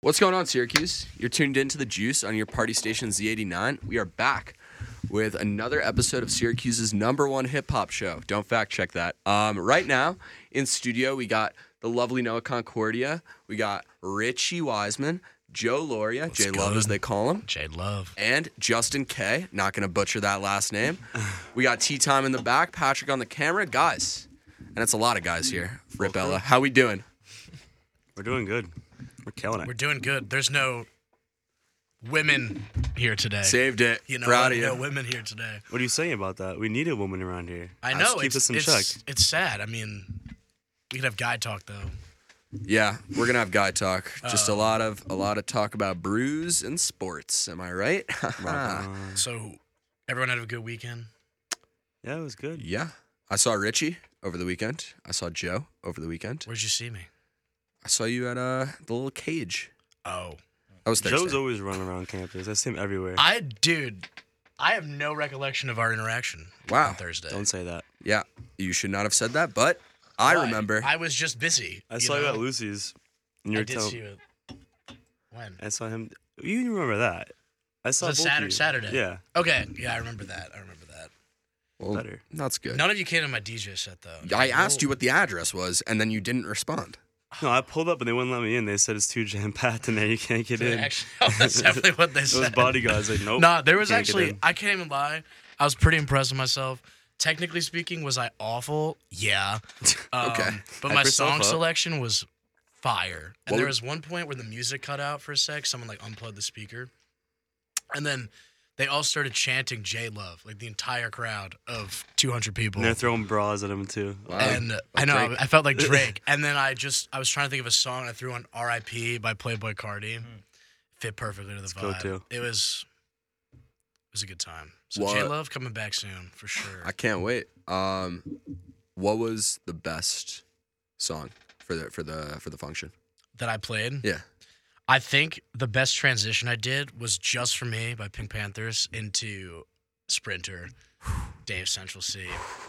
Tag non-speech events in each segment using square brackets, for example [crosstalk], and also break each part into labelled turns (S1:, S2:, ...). S1: What's going on, Syracuse? You're tuned into the Juice on your party station Z89. We are back with another episode of Syracuse's number one hip hop show. Don't fact check that. Um, right now in studio, we got the lovely Noah Concordia, we got Richie Wiseman, Joe Loria, J Love as
S2: good?
S1: they call him,
S2: Jade Love.
S1: and Justin K. Not gonna butcher that last name. We got Tea Time in the back, Patrick on the camera, guys, and it's a lot of guys here. Rip Ella, how we doing?
S3: We're doing good. We're killing it.
S2: We're doing good. There's no women here today.
S1: Saved it.
S2: you know,
S1: Proud of you.
S2: no women here today.
S3: What are you saying about that? We need a woman around here.
S2: I
S3: That
S2: know.
S3: keeps
S2: it's,
S3: us in
S2: it's,
S3: check.
S2: It's sad. I mean, we could have guy talk though.
S1: Yeah, we're gonna have guy talk. Just a
S2: Um,
S1: lot of a lot of talk about brews and sports. Am I right? [laughs]
S3: Uh,
S2: So everyone had a good weekend.
S3: yeah, it was good.
S1: yeah, I saw Richie over the weekend. I saw Joe over the weekend.
S2: Where'd you see me?
S1: I saw you at uh the little cage.
S2: Oh,
S1: That was Thursday.
S3: Joe's always running around campus. That's him everywhere.
S2: I dude, I have no recollection of our interaction.
S1: Wow.
S2: on Thursday.
S3: Don't say that.
S1: yeah, you should not have said that, but I
S2: Why?
S1: remember.
S2: I was just busy.
S3: I saw you
S2: know?
S3: at Lucy's. And
S2: I
S3: you were
S2: did
S3: telling-
S2: see you. When?
S3: I saw him. You remember that? I saw
S2: was a
S3: both of
S2: Satur-
S3: you.
S2: Saturday.
S3: Yeah,
S2: Okay. Yeah, I remember that. I remember that.
S1: well,
S3: better.
S1: That's good.
S2: None of you came to my DJ set though.
S1: I asked you what the address was, and then you didn't respond.
S3: No, I pulled up and they wouldn't let me in. They said it's too jam packed in there. You can't get
S2: They
S3: in.
S2: Actually, [laughs]
S3: [laughs]
S2: that's definitely what they
S3: Those
S2: said.
S3: bodyguards like nope.
S2: Nah, there was
S3: can't get
S2: actually.
S3: in.
S2: I can't even lie. I was pretty impressed with myself. Technically speaking, was I awful?
S3: [laughs]
S2: Yeah. Um,
S1: Okay.
S2: But
S3: Hype
S2: my
S3: yourself
S2: song
S3: up.
S2: selection was fire. And
S1: What
S2: there
S1: would-
S2: was one point where the music cut out for a sec. Someone like unplugged the speaker, and then they all started chanting "J Love" like the entire crowd of 200 people.
S3: And they're throwing bras at him too.
S1: Wow.
S2: and I
S1: like
S2: know
S1: Drake.
S2: I
S1: [laughs]
S2: felt like Drake. and then I just I was trying to think of a song. and I threw on R.I.P. by Playboy Cardi.
S1: Hmm.
S2: Fit perfectly to the
S3: go
S2: vibe.
S3: to.
S2: It was it was a good time. So
S1: What-
S2: J Love coming back soon for sure.
S1: I can't wait. Um, what was the best song for the for the for the function?
S2: that I played.
S1: Yeah.
S2: I think the best transition I did was just for me by Pink Panthers into Sprinter, Dave Central C.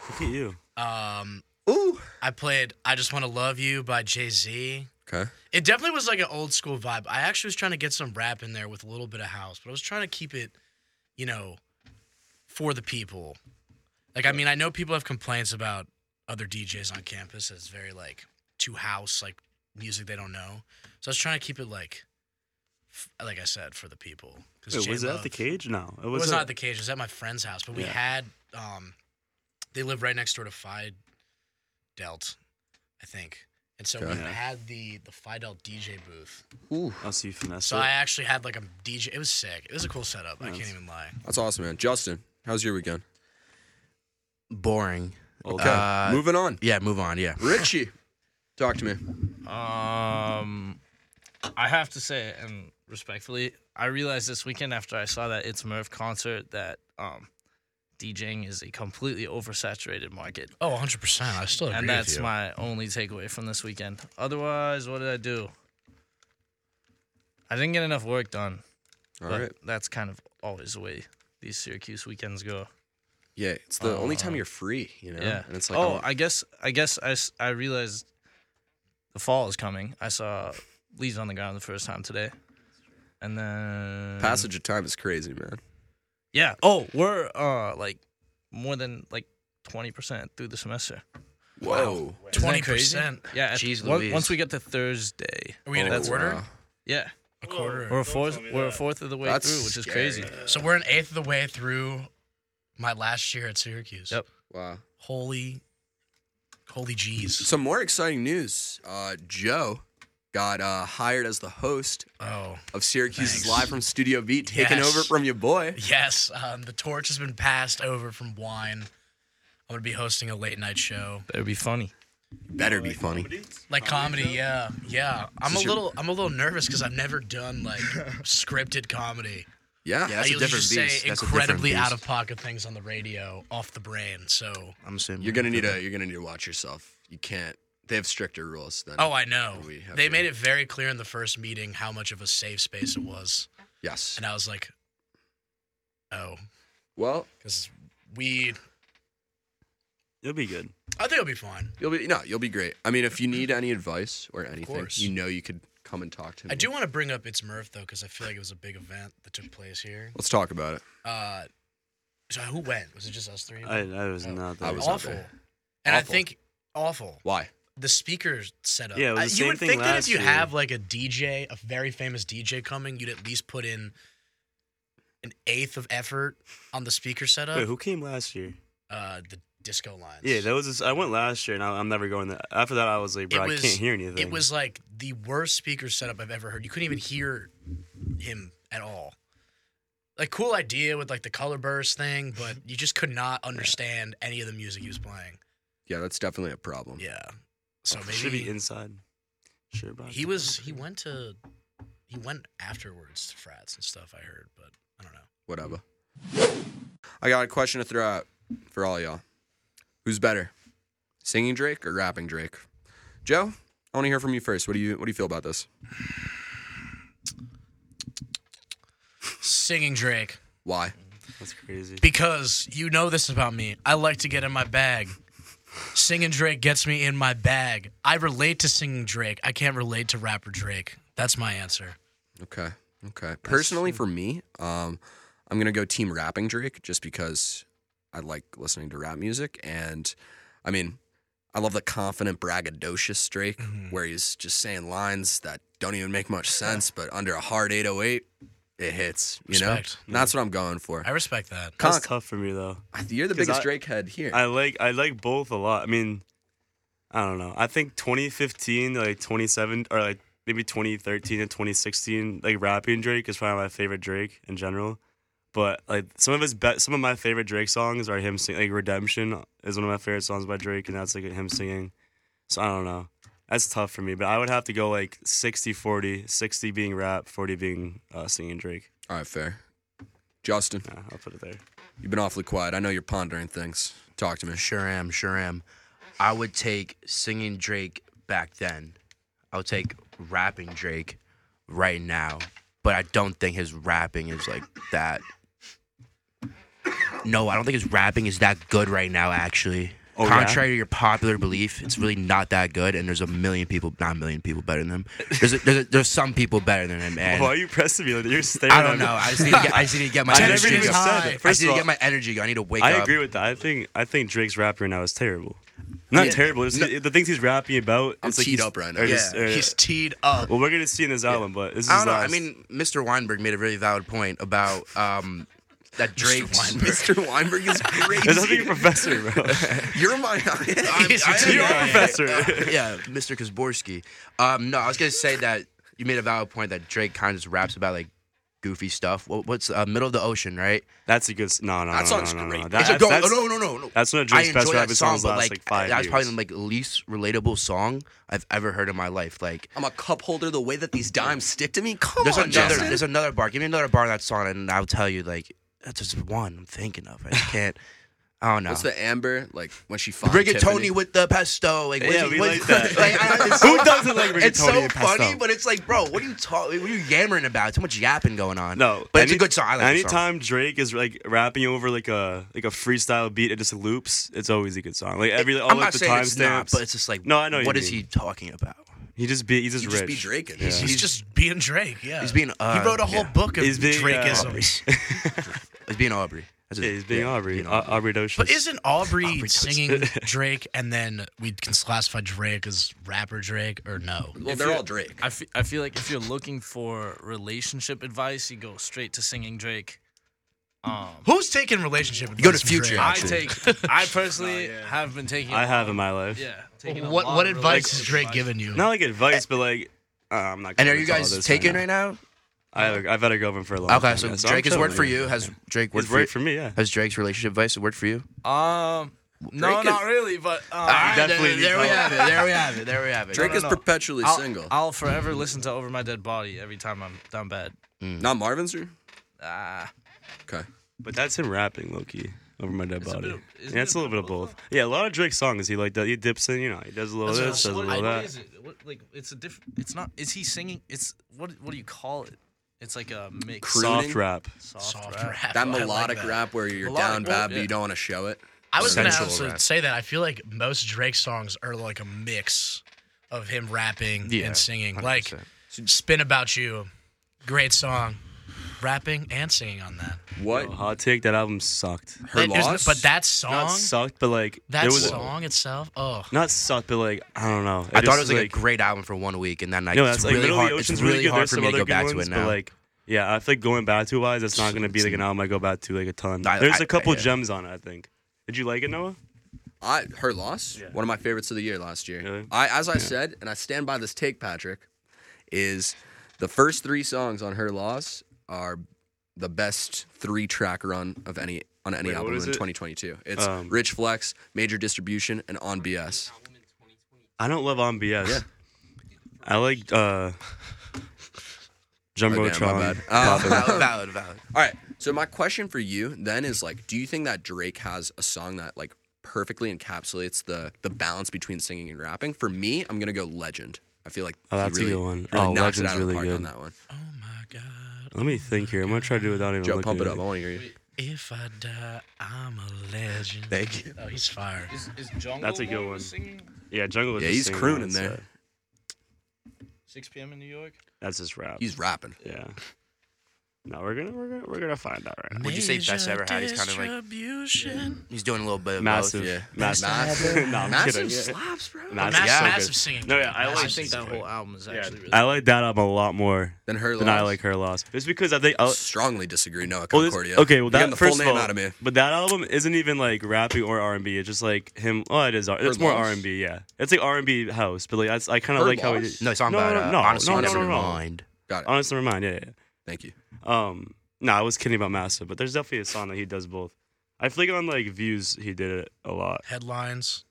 S3: Look at you.
S2: Um,
S1: Ooh.
S2: I played I Just Want to Love You by Jay Z.
S1: Okay.
S2: It definitely was like an old school vibe. I actually was trying to get some rap in there with a little bit of house, but I was trying to keep it, you know, for the people. Like, I mean, I know people have complaints about other DJs on campus. that It's very like too house, like music they don't know. So I was trying to keep it like, f- like I said, for the people. 'Cause
S3: Wait, was it at
S2: J-Love-
S3: the cage? No, it
S2: It was
S3: at-
S2: not at the cage. It was at my friend's house, but we
S3: Yeah.
S2: had um, they live right next door to Fi Delt, I think. And so we
S1: Okay.
S2: had the the Fi Delt DJ booth.
S1: Ooh.
S3: I'll see Oh, you finesse.
S2: So
S3: it.
S2: I actually had like a DJ. It was sick. It was a cool setup. I
S3: Nice.
S2: can't even lie.
S1: That's awesome, man. Justin, how's your weekend?
S4: boring.
S3: Old
S1: Okay.
S3: guy.
S4: Uh,
S1: Moving
S2: [laughs]
S1: on.
S4: Yeah, move on. Yeah.
S1: Richie, talk to me.
S4: Um, I have to say, and respectfully, I realized this weekend after I saw that It's Merv concert that um, DJing is a completely oversaturated market,
S2: Oh, 100 percent. I still agree
S4: and that's
S2: with you.
S4: my only takeaway from this weekend. Otherwise, what did I do? I didn't get enough work done.
S1: All
S4: but
S1: right.
S4: That's kind of always the way these Syracuse weekends go.
S1: Yeah, it's the only
S2: Uh,
S1: time you're free, you know?
S4: Yeah.
S1: And it's like,
S4: oh,
S1: oh,
S4: I guess I guess I, s- I realized the fall is coming. I saw leaves on the ground the first time today, and then
S1: passage of time is crazy, man.
S4: Yeah. Oh, we're uh like more than like twenty percent through the semester.
S1: Whoa.
S4: Isn't that
S2: 20%?
S4: crazy? Yeah. at-
S5: Jeez
S4: on-
S5: Louise.
S4: once we get to Thursday,
S2: Are we in a
S4: That's-
S2: quarter?
S1: wow.
S4: yeah,
S2: A quarter.
S4: we're a fourth. We're a fourth of the way
S1: That's
S4: through, which is
S1: scary.
S4: crazy.
S2: So we're an eighth of the way through my last year at Syracuse.
S4: Yep.
S1: Wow.
S2: Holy, holy jeez.
S1: Some more exciting news. Uh, Joe got uh, hired as the host
S2: Oh.
S1: of Syracuse's
S2: Thanks.
S1: Live from Studio B, taking
S2: Yes.
S1: over from your boy.
S2: Yes, um, the torch has been passed over from wine. I'm gonna be hosting a late night show,
S4: That'd be funny.
S1: Better be funny.
S5: Oh,
S2: like comedy. yeah, yeah. I'm a
S1: this your-
S2: little, I'm a little nervous because I've never done
S5: [laughs]
S2: like scripted
S1: Yeah.
S2: comedy.
S5: Yeah,
S2: I
S5: that's a
S2: usually
S5: different
S2: just
S5: beast.
S2: say
S5: That's a different
S2: incredibly
S5: beast.
S2: out of pocket things on the radio, off the brain. So,
S5: I'm assuming
S1: You're gonna need to you're gonna need to watch yourself. You can't. They have stricter rules than.
S2: oh, I know.
S1: We have
S2: They
S1: to-
S2: made it very clear in the first meeting how much of a safe space it was,
S1: yes.
S2: and I was like, oh,
S1: Well,
S2: because we.
S3: It'll be good.
S2: I think it'll be fine.
S1: you'll be no, you'll be great. I mean, if you need any advice or anything,
S2: course.
S1: you know you could come and talk to me.
S2: I do want to bring up It's Murph though, because I feel like it was a big event that took place here.
S1: Let's talk about it.
S2: Uh, so who went? Was it just us three?
S3: I, I was
S2: Oh,
S3: not
S1: I
S3: that.
S1: was
S2: awful.
S1: there.
S2: And I
S1: Awful.
S2: think awful.
S1: Why?
S2: The speakers set up.
S3: Yeah, it was
S2: I-
S3: the
S2: you
S3: same
S2: would
S3: thing
S2: think that if
S3: last
S2: you
S3: year.
S2: have like a DJ, a very famous DJ coming, you'd at least put in an eighth of effort on the speaker setup.
S3: Wait, who came last year?
S2: uh, the disco lines.
S3: Yeah, that was. Just, I went last year, and I, I'm never going. That after that, I was like, bro,
S2: It was-
S3: I can't hear anything.
S2: It was like the worst speaker setup I've ever heard. You couldn't even hear him at all. Like cool idea with like the color burst thing, but you just could not understand any of the music he was playing.
S1: Yeah, that's definitely a problem.
S2: Yeah. So maybe
S3: Um, should be inside. Sure, bro.
S2: he was he went to he went afterwards to frats and stuff I heard, but I don't know.
S1: Whatever. I got a question to throw out for all y'all. Who's better, singing Drake or rapping Drake? Joe, I want to hear from you first. What do you What do you feel about this?
S2: Singing Drake.
S1: Why?
S3: That's crazy.
S2: Because you know this about me. I like to get in my bag. Singing Drake gets me in my bag. I relate to singing Drake. I can't relate to rapper Drake. That's my answer.
S1: Okay. Okay. Personally, for me, um, I'm gonna go team rapping Drake just because I like listening to rap music, and I mean, I love the confident, braggadocious Drake, where he's just saying lines that don't even make much sense, but under a hard 808, it hits. You
S2: Respect.
S1: know, and that's what I'm going for.
S2: I respect that.
S1: Conk,
S3: That's tough for me though.
S1: you're the
S3: 'cause
S1: biggest
S3: I-
S1: Drake head here.
S3: I like I like both a lot. I mean, I don't know. I think 2015, to, like 27, or like maybe 2013 and 2016, like rapping Drake is probably my favorite Drake in general. But like some of his best, some of my favorite Drake songs are him singing. Like Redemption is one of my favorite songs by Drake, and that's like him singing. So I don't know. That's tough for me, but I would have to go like 60 40, 60 being rap, 40 being uh, singing Drake.
S1: all right, fair. Justin,
S3: Yeah, I'll put it there.
S1: you've been awfully quiet. I know you're pondering things. Talk to me.
S5: Sure am, sure am. I would take singing Drake back then. I would take rapping Drake right now. But I don't think his rapping is like that. No, I don't think his rapping is that good right now, actually.
S3: Oh, yeah?
S5: Contrary to your popular belief, it's really not that good, and there's a million people, not a million people better than him. There's a, there's, a, there's some people better than him, and
S3: Why are you pressing me? Like, that? you're staring
S5: I
S3: at
S5: don't
S3: me.
S5: know. I just need to get, I just need to get my
S3: Oh, I
S5: energy.
S3: never even
S5: up.
S3: said that.
S5: I
S3: First
S5: just
S3: of
S5: need to
S3: all,
S5: get my energy. going. I need to wake
S3: I
S5: up.
S3: agree with that. I think I think Drake's rap right now is terrible. Not terrible. Just the things he's rapping about.
S1: I'm
S3: it's like
S1: teed
S3: he's-
S1: up right now.
S3: or
S1: Yeah,
S3: just- or-
S2: He's teed up.
S3: Uh, well, we're gonna see in this album, but this is.
S5: I don't know.
S3: last- [laughs]
S5: I mean, Mr. Weinberg made a really valid point about um,
S3: [laughs]
S5: that Drake.
S1: [laughs] Mr. Weinberg is
S3: there's nothing
S1: crazy.
S3: a professor,
S5: [laughs]
S3: bro. [laughs]
S1: You're my. [laughs]
S3: You're
S5: yeah,
S3: a professor. [laughs]
S5: Uh, yeah, Mr. Kazborski. Um, no, I was gonna say that you made a valid point that Drake kind of just raps about like goofy stuff. What, what's uh, middle of the ocean, right?
S3: That's a good. s- No, no,
S1: That
S3: no,
S1: song's
S3: no, no,
S1: great.
S3: No.
S5: It's a
S3: That,
S5: go-
S3: that's,
S5: no, no, no, no.
S3: that's one of
S5: I
S3: Drake's
S5: enjoy
S3: best
S5: that
S3: rapping
S5: song,
S3: songs
S5: but
S3: last
S5: like,
S3: like five
S5: that was
S3: years.
S5: probably the like least relatable song I've ever heard in my life. Like,
S1: I'm a cup holder. The way that these dimes stick to me. Come
S5: there's
S1: on,
S5: another
S1: Justin.
S5: there's another bar. Give me another bar in that song, and I'll tell you like that's just one I'm thinking of. I just can't. I don't know.
S1: What's the amber like when she finds
S5: rigatoni with the pesto. Like, what
S3: Yeah,
S5: is-
S3: we
S5: what-
S3: like
S5: [laughs]
S3: that. [laughs]
S5: I- it's
S3: Who
S5: so-
S3: doesn't like rigatoni
S5: It's so
S3: and pesto?
S5: funny, but it's like, bro, what are you talking? What are you yammering about? Too much yapping going on.
S3: No,
S5: but it's a
S3: any-
S5: good song. I like the song.
S3: anytime Drake is like rapping over like a like a freestyle beat, it just loops. It's always a good song. Like every all
S5: I'm
S3: like
S5: not
S3: the
S5: saying it's not,
S3: timestamps.
S5: but it's just like,
S3: No, I know what you
S5: What is
S3: mean.
S5: he talking about?
S3: he just be he's just
S1: You
S3: rich.
S1: just be Drake.
S2: He's, just being Drake. Yeah.
S5: He's being, uh,
S2: he wrote a whole
S5: yeah.
S2: book of
S3: He's being, uh,
S2: Drakeisms.
S5: It's being Aubrey. That's
S3: Yeah,
S5: it.
S3: he's being Aubrey.
S5: being
S3: Au- Aubrey Dosh.
S2: but isn't Aubrey,
S5: does. [laughs]
S2: singing Drake, and then we can classify Drake as rapper Drake or no?
S1: Well, they're all Drake.
S4: I fe- I feel like if you're looking for relationship advice, you go straight to singing Drake. Um,
S2: Who's taking relationship?
S5: You go to
S2: advice from
S5: Future.
S2: Drake?
S4: I
S5: Actually.
S4: take. I personally have been taking.
S3: I
S4: a
S3: have
S4: lot-
S3: in my life.
S4: Yeah. Taking a
S2: What
S4: lot
S2: what
S4: of
S2: advice is
S4: relationship
S2: Drake
S4: advice.
S2: giving you?
S3: Not like advice, but like uh, I'm not.
S5: And
S3: gonna
S5: are you
S3: tell
S5: guys
S3: this
S5: taken right now?
S3: I have a, I've had a girlfriend for a long time.
S5: Okay, so
S3: now,
S5: Drake
S3: I'm
S5: has worked for
S3: totally-
S5: you. Has Drake worked
S3: It's
S5: for you?
S3: worked for me. Yeah.
S5: Has Drake's relationship advice worked for you?
S4: Um.
S1: Drake
S4: No,
S1: is-
S4: not really. But um,
S5: Alright,
S3: definitely
S5: there,
S3: need
S5: there we
S3: help.
S5: have it. There we have it. There we have it.
S1: Drake
S4: no,
S1: is
S4: no.
S1: perpetually
S4: I'll,
S1: single.
S4: I'll forever listen to "Over My Dead Body" every time I'm done bad.
S1: Not Marvin's or
S4: Ah.
S1: okay.
S3: But that's him rapping, Loki, over my dead
S4: a
S3: body.
S4: bit of-
S3: yeah,
S4: isn't
S3: it's a
S4: it
S3: little bit of both. Yeah, a lot of Drake songs. He like does, he dips in. You know, he does a little this, does a
S4: what,
S3: little
S4: what
S3: that.
S4: is it? What, like it's a different. It's not. Is he singing? It's what? What do you call it? It's like a mix.
S1: Crude. Crooning?
S3: Soft rap.
S4: Soft,
S2: Soft
S4: rap.
S2: rap.
S1: That
S2: I like
S1: melodic
S2: that.
S1: rap where you're
S4: Melodic
S1: down
S4: rap,
S1: bad but
S4: yeah.
S1: you don't want to show it.
S2: I was gonna
S5: Sensual
S2: also
S5: rap.
S2: say that I feel like most Drake songs are like a mix of him rapping
S5: Yeah,
S2: and singing. Like
S5: 100%.
S2: Spin About You. Great song. Rapping and singing on that.
S1: What?
S3: Hot take that album sucked.
S1: Her
S2: There's no-
S1: loss?
S2: But that song,
S3: Not sucked, but like
S2: that
S3: there was
S2: song itself, oh.
S3: not sucked, but like I don't know.
S5: I thought it was like, a great album for one week, and then like
S3: no,
S5: it's
S3: that's like
S5: really
S3: Middle of
S5: hard.
S3: the
S5: It's
S3: Ocean's
S5: really
S3: good.
S5: hard
S3: There's
S5: for
S3: some
S5: me to
S3: other
S5: go
S3: good
S5: back to
S3: ones,
S5: it
S3: But
S5: now.
S3: like, yeah, I feel like going back to wise, it's not gonna be like an album I go back to like a ton.
S5: I-
S3: There's
S5: I-
S3: a couple
S5: yeah.
S3: gems on it. I think. Did you like it, Noah?
S1: I her loss,
S3: Yeah.
S1: one of my favorites of the year last year.
S3: Really?
S1: I as I said, and I stand by this take, Patrick, is the first three songs on her loss are the best three track run of any on any
S3: Wait, what
S1: album in
S3: is it?
S1: 2022. It's
S3: Um,
S1: Rich Flex, Major Distribution, and On BS.
S3: I don't love on BS.
S1: Yeah.
S3: I like uh
S1: Oh,
S3: Jumbotron.
S1: damn,
S3: [laughs]
S1: my bad.
S3: Prophet.
S1: [laughs] Uh,
S5: valid, valid, valid.
S1: All right. So my question for you then is like, do you think that Drake has a song that like perfectly encapsulates the the balance between singing and rapping? For me, I'm gonna go Legend. I feel like
S3: Oh,
S1: he
S3: that's a
S1: really,
S3: good one.
S1: really
S3: Oh,
S1: knocks it
S3: Legend's
S1: out of the
S3: really
S1: park
S3: good.
S1: on that one.
S2: Oh my God.
S3: Let me think here. I'm gonna try to do it without even
S1: Joe,
S3: looking
S1: pump it
S3: at
S1: up. I want to hear you.
S2: If I die, I'm a legend.
S5: Thank you.
S2: Oh, he's fired.
S4: Is, is Jungle
S3: That's a good
S4: Boy
S3: one.
S4: singing
S3: Yeah, Jungle. Was
S1: Yeah,
S3: just
S1: he's
S3: singing
S1: crooning
S3: that,
S1: there.
S3: so
S4: 6 p.m. in New York?
S3: That's his rap.
S1: He's rapping.
S3: yeah. No, we're gonna we're gonna we're gonna find out right now.
S5: Would you say best
S2: Major
S5: ever had? He's kinda like-
S2: distribution.
S5: He's doing a little bit of
S3: Massive,
S5: Both.
S1: yeah.
S3: massive,
S1: Massive.
S3: [laughs] no, I'm
S1: Massive
S3: kidding.
S1: slaps, bro.
S3: Massive,
S2: Massive,
S5: yeah.
S2: massive singing.
S3: No, yeah, I
S2: Massive
S3: like-
S4: I
S2: singing.
S4: think that whole album is actually really
S3: I like that album a lot more
S1: Then her
S3: than I like her loss. It's because I think. I'll,
S1: Strongly disagree, Noah
S3: well, this,
S1: Concordia.
S3: okay,
S1: You're
S3: well
S1: getting
S3: that
S1: the
S3: first
S1: full
S3: of
S1: name
S3: all,
S1: out of me.
S3: but that album isn't even like rapping or R and B. It's just like him. Oh, it is. R- It's
S1: Her
S3: more
S1: Loss?
S3: R and B. Yeah, it's like R and B house. But like that's, I kind of
S1: Her
S3: like how he
S1: Loss?
S3: did.
S5: No, it's not
S3: No,
S5: about
S3: no,
S5: uh,
S3: no,
S5: honestly
S3: no,
S5: never
S3: no, no.
S5: mind.
S1: Got it.
S3: Honestly, never mind. Yeah, yeah.
S1: Thank you.
S3: yeah. Um, no, I was kidding about Massive, but there's definitely a song that he does both. I feel like on like views he did it a lot.
S2: Headlines.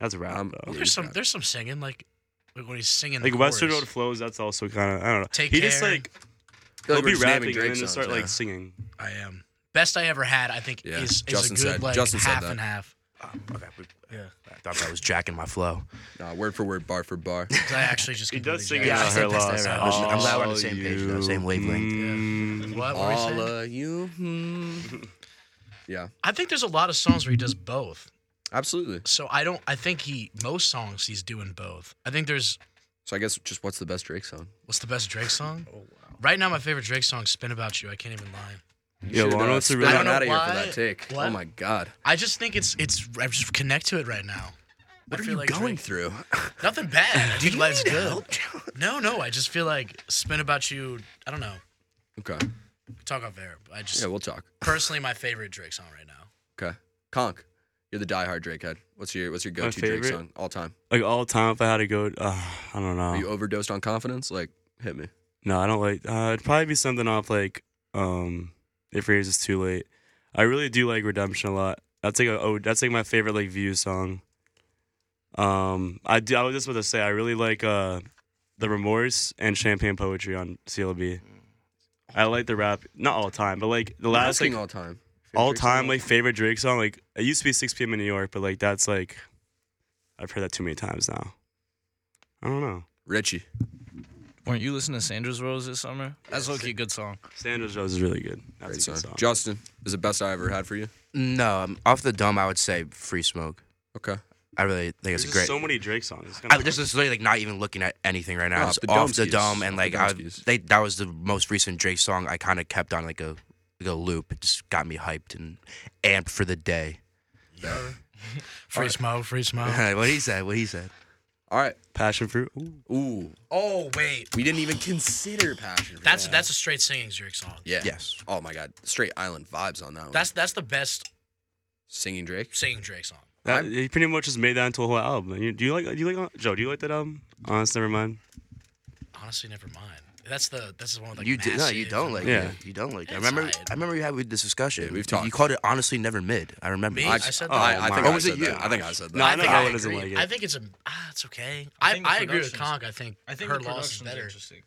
S3: That's rap
S1: Um,
S3: though.
S1: Yeah,
S2: There's
S1: he's
S2: some.
S1: got it.
S2: There's some singing like, like when he's singing.
S3: Like
S2: the
S3: Western
S2: chorus.
S3: Road flows. That's also kind of I don't know.
S2: Take
S3: he just
S2: care.
S3: like
S1: I feel
S3: he'll
S1: like
S3: be
S1: we're just naming
S3: rapping and
S1: Drake
S3: then he'll
S1: songs
S3: start
S1: now.
S3: like singing.
S2: I am best I ever had. I think
S1: Yeah,
S2: is, is a
S1: Justin
S2: good
S1: said-
S2: like
S1: Justin said
S2: half
S1: that.
S2: and half.
S5: Okay, we-
S2: Yeah,
S5: I thought that was jacking my flow.
S1: Nah, word for word, bar for
S3: [laughs]
S1: bar.
S2: 'Cause I actually just
S3: He does sing
S2: completely
S3: it
S5: Yeah,
S2: jacked
S5: I
S3: yeah,
S5: think
S3: her
S5: that's-
S3: loss.
S5: that's- I'm I'm glad we're on the
S3: All
S5: same page, though,
S3: you-
S5: same wavelength. Yeah.
S3: Mm.
S2: What were you
S1: All
S2: saying?
S1: of you. hmm. Yeah,
S2: I think there's a lot of songs where he does both.
S1: absolutely.
S2: So I don't. I think he most songs he's doing both. I think there's
S1: So I guess just what's the best Drake song?
S2: what's the best
S1: [laughs]
S2: Drake song?
S1: Oh,
S2: Right now, my favorite Drake song, "Spin About You." I can't even lie.
S3: Yeah,
S1: Should've,
S3: Lana,
S1: uh,
S3: it's a
S1: spit
S3: really
S2: I
S1: on
S2: don't know
S1: outta here for
S2: why-
S1: that take. Oh
S2: what?
S1: my god.
S2: I just think it's it's. I just connect to it right now.
S1: What
S2: I
S1: are
S2: feel
S1: you
S2: like
S1: going
S2: Drake-
S3: [laughs]
S1: through?
S2: Nothing bad. I
S1: [laughs] Do
S2: think
S1: you
S2: life's
S1: need
S2: good.
S1: help? [laughs]
S2: No, no. I just feel like "Spin About You." I don't know.
S1: okay.
S2: Talk off air. but I just
S1: Yeah, we'll talk.
S2: personally my favorite Drake song right now.
S1: Okay. Conk, you're the diehard Drake head. What's your what's your go-to Drake
S3: favorite?
S1: song all time?
S3: Like all time, if I had to go, uh, I don't know.
S1: Are you overdosed on confidence? Like, hit me.
S3: No, I don't like. Uh, it'd probably be something off like um, "If Rains Is Too Late." I really do like Redemption a lot. That's like a oh, that's like my favorite like View song. Um, I do. I was just about to say I really like uh, the Remorse and Champagne Poetry
S1: Mm.
S3: on CLB. I like the rap, not all time, but like the last
S1: Asking
S3: like
S1: all time. Favorite
S3: all
S1: Drake song
S3: time like favorite Drake song. Like it used to be 6 p.m. in New York, but like that's like I've heard that too many times now. I don't know.
S1: Richie.
S4: Weren't you listening to Sandra's Rose this summer? That's low-key a good song.
S3: Sanders Rose is really good. That's
S1: Great
S3: a
S1: song.
S3: good song.
S1: Justin is the best I ever had for you.
S5: No, um, off the dome, I would say Free Smoke.
S1: Okay.
S5: I really think it's
S3: There's
S5: a great.
S3: so many Drake songs. It's kinda
S5: I, this is literally like not even looking at anything right now.
S1: No,
S5: It's
S1: the
S5: off
S1: dome
S5: the
S1: skis.
S5: dome, and
S1: Off
S5: like
S1: the dome
S5: I,
S1: skis.
S5: they, that was the most recent Drake song. I kind of kept on like a like a loop. It just got me hyped and amped for the day. [laughs]
S2: Free smoke, free smoke.
S1: [laughs]
S5: what he said? What he said?
S1: All right.
S3: Passion fruit. Ooh.
S1: Ooh.
S2: oh wait,
S1: We didn't even consider passion. For
S2: that's
S1: that.
S2: that's a straight singing Drake song.
S1: yeah.
S5: Yes.
S1: Oh my god. Straight island vibes on that one.
S2: That's that's the best
S1: singing Drake.
S2: singing Drake song.
S3: That,
S1: I'm-
S3: he pretty much just made that into a whole album. You- do you like? Do you like Joe? Do you like that album? Honest, never mind.
S2: Honestly, never mind. That's the that's the one with like
S5: you did no, you
S2: Massive
S5: don't
S2: and-
S5: like
S3: Yeah.
S5: it. You don't like it. I
S2: It's
S5: remember.
S2: alright.
S5: I remember you had we had this discussion.
S1: we've
S5: You-
S1: talked.
S5: You called it honestly never mid. I remember.
S2: Me? I said that.
S3: Oh
S1: I, I
S5: my
S1: think
S5: God.
S1: I
S5: Or was
S1: said
S5: it you?
S1: that. I think I said that.
S3: No, I
S2: I think
S3: know
S2: I,
S3: Owen
S2: agree.
S3: doesn't like it.
S2: I think it's a ah, it's okay.
S4: I
S2: I,
S4: think the
S2: I, agree with
S4: production's-
S2: Conk. I think
S4: I think
S2: her
S4: the
S2: loss is
S4: production's
S2: better.
S4: interesting.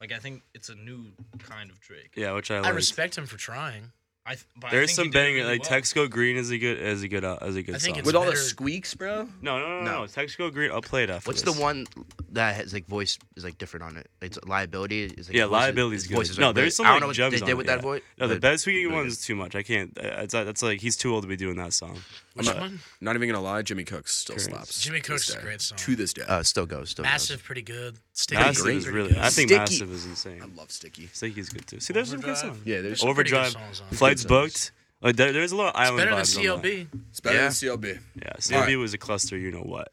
S4: Like I think it's a new kind of Drake.
S3: Yeah, which I,
S2: I
S3: liked.
S2: respect him for trying.
S4: I th- but I
S3: There's
S4: think
S3: some
S4: he did it
S3: banging.
S4: really
S3: like
S4: well.
S3: Texco Green is a good is a good uh, is a good
S2: I think
S3: song.
S2: it's
S1: With all the
S2: better-
S1: squeaks, bro.
S3: no, no, no, no,
S5: No.
S3: no. Texco Green. I'll play it after.
S5: What's
S3: this.
S5: the one that has like voice is like different on it? It's liability. Is, like,
S3: Yeah,
S5: voices-
S3: liability's good.
S5: voice is,
S3: no,
S5: like,
S3: there's some
S5: I don't
S3: like
S5: know what
S3: gems
S5: they did
S3: on
S5: with
S3: it,
S5: that
S3: yeah.
S5: voice.
S3: No, the
S5: but-
S3: best we can
S5: really
S3: one
S5: good.
S3: is too much. I can't. uh, It's that's like he's too old to be doing that song.
S2: Which
S1: I'm not-
S2: one?
S1: Not even gonna lie, Jimmy Cook still
S3: Currents.
S1: slaps.
S2: Jimmy
S1: to this
S2: Cook's is a
S1: day.
S2: great song.
S1: To this day,
S5: Uh, still goes. Still goes.
S2: Massive, pretty good. Sticky
S3: Massive
S1: great.
S3: is
S2: pretty
S3: really.
S2: good.
S3: I think
S1: Sticky.
S3: Massive is insane.
S1: I love Sticky.
S3: Sticky's good too. See, there's some good
S4: Overdrive.
S3: songs.
S1: Yeah, there's
S2: some pretty good
S3: Overdrive,
S2: songs on it.
S3: flights
S1: Good
S3: booked. Uh, there, there's a lot
S2: It's
S3: of island
S2: better than
S3: vibes on that.
S2: CLB.
S1: It's better
S5: Yeah.
S1: than CLB.
S3: Yeah, CLB
S1: Alright.
S3: was a cluster. You know what?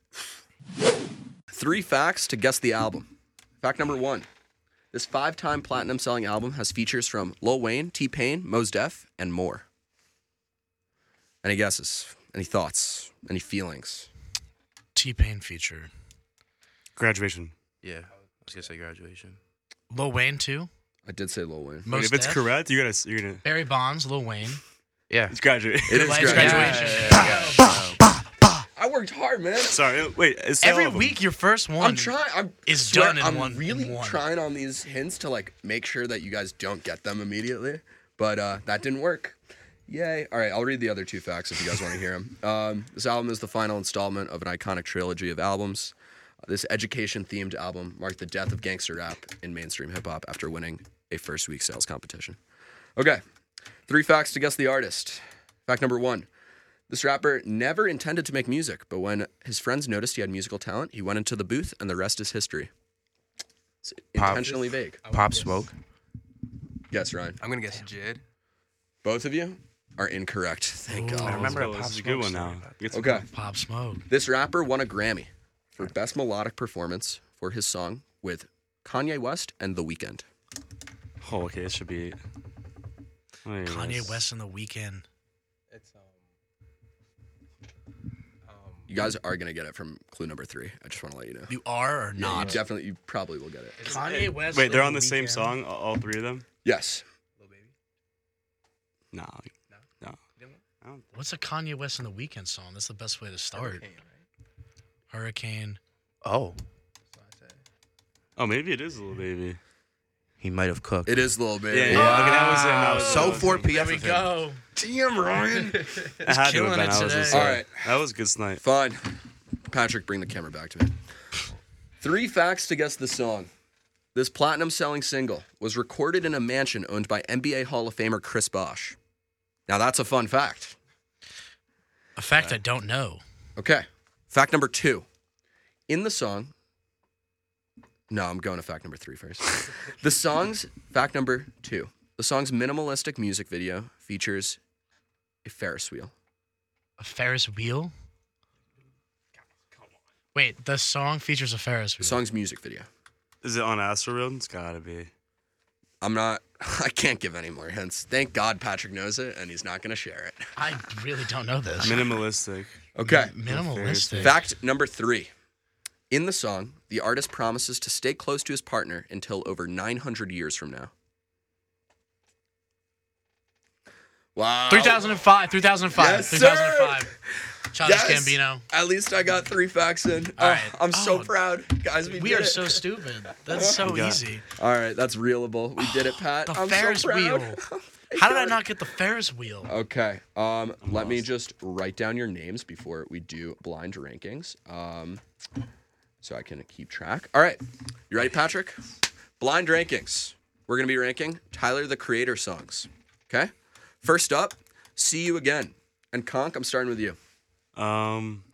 S1: Three facts to guess the album. Fact number one: This five-time platinum-selling album has features from Lil Wayne, T Pain, Mos Def, and more. Any guesses? Any thoughts? Any feelings?
S2: T Pain feature.
S3: Graduation.
S5: Yeah, I was gonna say graduation.
S2: Lil Wayne too.
S1: I did say Lil Wayne.
S3: Like,
S2: Most
S3: if it's correct, you're gonna you're gonna.
S2: Barry Bonds, Lil Wayne.
S5: Yeah.
S3: It's graduate. [laughs]
S1: It is
S2: Last
S1: graduation.
S2: graduation.
S1: I worked hard, man.
S3: Sorry, uh, wait. It's
S2: [laughs]
S3: all
S2: Every
S3: of 'em.
S2: week, your first one.
S1: I'm trying. I'm
S2: It's
S1: swear,
S2: done in
S1: I'm
S2: one-
S1: really
S2: in one.
S1: trying on these hints to like make sure that you guys don't get them immediately, but uh, that didn't work. Yay! All right, I'll read the other two facts if you guys want to hear them. [laughs] Um, this album is the final installment of an iconic trilogy of albums. This education-themed album marked the death of gangster rap in mainstream hip hop after winning a first-week sales competition. Okay, three facts to guess the artist. Fact number one: this rapper never intended to make music, but when his friends noticed he had musical talent, he went into the booth, and the rest is history. It's
S5: Pop.
S1: intentionally vague.
S5: Pop Smoke.
S1: Yes, Ryan.
S6: I'm gonna guess Jid.
S1: Both of you are incorrect. Thank
S3: Oh,
S1: God.
S3: remember
S4: a
S3: this
S4: Pop
S3: is a good
S4: Smoke
S3: one
S4: story
S3: now. It's
S1: Okay.
S2: Pop Smoke.
S1: This rapper won a Grammy for best melodic performance for his song with Kanye West and The Weeknd.
S3: Oh, okay. It should be. Wait,
S2: Kanye
S3: yes.
S2: West and The Weeknd.
S6: It's um.
S1: You guys are gonna get it from clue number three. I just want to let you know.
S2: You are or
S1: Yeah, you
S2: not?
S1: definitely, you probably will get it.
S2: Kanye West.
S3: Wait, they're
S2: and
S3: on the same
S2: Weeknd.
S3: song, all- all three of them.
S1: Yes.
S3: Nah,
S2: What's a Kanye West and The Weeknd song? That's the best way to start. Hurricane.
S5: Oh,
S3: Oh, maybe it is a little baby.
S5: he might have cooked.
S1: It is Lil Baby.
S3: Yeah, yeah. Look, that was him. That was
S5: so
S3: that was
S5: 4
S3: him.
S5: p.m.
S2: There we go.
S1: Damn, Ryan.
S3: It had to have
S2: killing
S3: been.
S2: it
S3: I was
S2: today.
S3: just
S1: All
S3: saying.
S1: right.
S3: That was a good snipe.
S1: Fine. Patrick, bring the camera back to me. Three facts to guess the song. This platinum selling single was recorded in a mansion owned by NBA Hall of Famer Chris Bosh. Now that's a fun fact.
S2: A fact I don't know.
S1: Okay. Fact number two. In the song. No, I'm going to fact number three first. the song's fact number two. The song's minimalistic music video features a Ferris wheel.
S2: A Ferris wheel. Wait, the song features a Ferris
S1: The
S2: wheel.
S1: song's music video.
S3: Is it on Astro Road? It's gotta be.
S1: I'm not. [laughs] I can't give any more hints. Thank God Patrick knows it, and he's not going to share
S2: [laughs]
S1: it.
S2: I really don't know this.
S3: Minimalistic.
S1: Okay.
S2: Minimalistic.
S1: Fact number three. In the song, the artist promises to stay close to his partner until over 900 years from now. Wow.
S2: 3005, 3005,
S1: Yes, sir.
S2: 3005. Childish
S1: Yes.
S2: Gambino.
S1: At least I got three facts in.
S2: All
S1: Oh,
S2: right.
S1: I'm so
S2: Oh.
S1: proud, guys. We,
S2: We
S1: did
S2: are
S1: it.
S2: so stupid. That's so
S3: Yeah.
S2: easy.
S1: All right, that's reelable. We did it, Pat.
S2: The
S1: I'm so [laughs]
S2: Ferris
S1: proud.
S2: wheel. How did I not get the Ferris wheel?
S1: Okay. Um, let me
S3: lost.
S1: just write down your names before we do blind rankings. Um, so I can keep track. All right. You ready, Patrick? Blind rankings. We're gonna be ranking Tyler the Creator songs. Okay. First up, "See You Again" and "Conk." I'm starting with you.
S3: Um,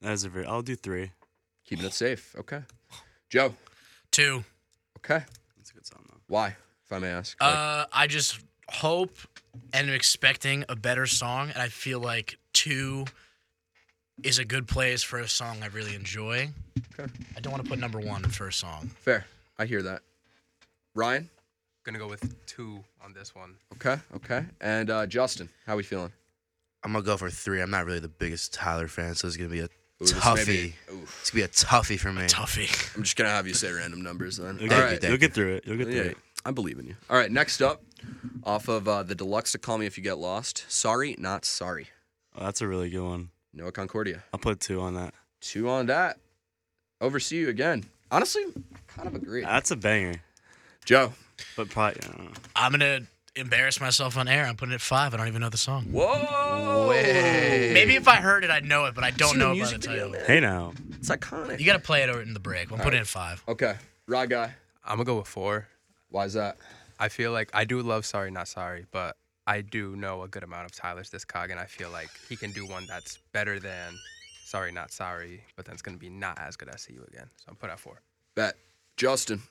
S3: that is a very. I'll do three.
S1: Keeping it safe. Okay. Joe.
S2: Two.
S1: Okay.
S3: That's a good song though.
S1: Why, if I may ask? Like,
S2: Uh, I just hope and am expecting a better song, and I feel like two is a good place for a song I really enjoy.
S1: Okay.
S2: I don't want to put number one for a song.
S1: fair. I hear that. Ryan.
S6: Gonna go with two on this one.
S1: Okay. Okay. And uh, Justin, how we feeling?
S5: I'm gonna go for three. I'm not really the biggest Tyler fan, so it's gonna be a
S1: Ooh, this may
S5: toughie.
S1: be- oof.
S5: It's gonna be a toughie for me.
S2: Toughie.
S1: I'm just gonna have you say random numbers then.
S3: You'll,
S1: All
S3: get,
S5: you,
S1: right.
S5: thank
S3: you'll get through it. You'll get through
S1: Yeah,
S3: it.
S1: I believe in you. All right, next up, off of uh, the deluxe to call me if you get lost. Sorry, not sorry.
S3: Oh, that's a really good one.
S1: Noah Concordia.
S3: I'll put two on that.
S1: Two on that. Oversee you again. Honestly, I kind of agree.
S3: That's a banger.
S1: Joe.
S3: But probably. I don't know.
S2: I'm gonna. embarrass myself on air. I'm putting it at five. I don't even know the song.
S1: Whoa!
S2: Maybe if I heard it, I'd know it, but I don't
S1: Seen the
S2: know about the
S1: music
S2: title.
S1: video, man.
S3: Hey now,
S1: It's iconic.
S2: You got to play it over in the break. I'm putting it at five.
S1: okay, raw guy.
S6: I'm gonna go with four.
S1: Why is that?
S6: I feel like I do love Sorry Not Sorry, but I do know a good amount of Tyler's discog, and I feel like he can do one that's better than Sorry Not Sorry, but then it's gonna be not as good as See You Again. So I'm put at four.
S1: Bet. Justin.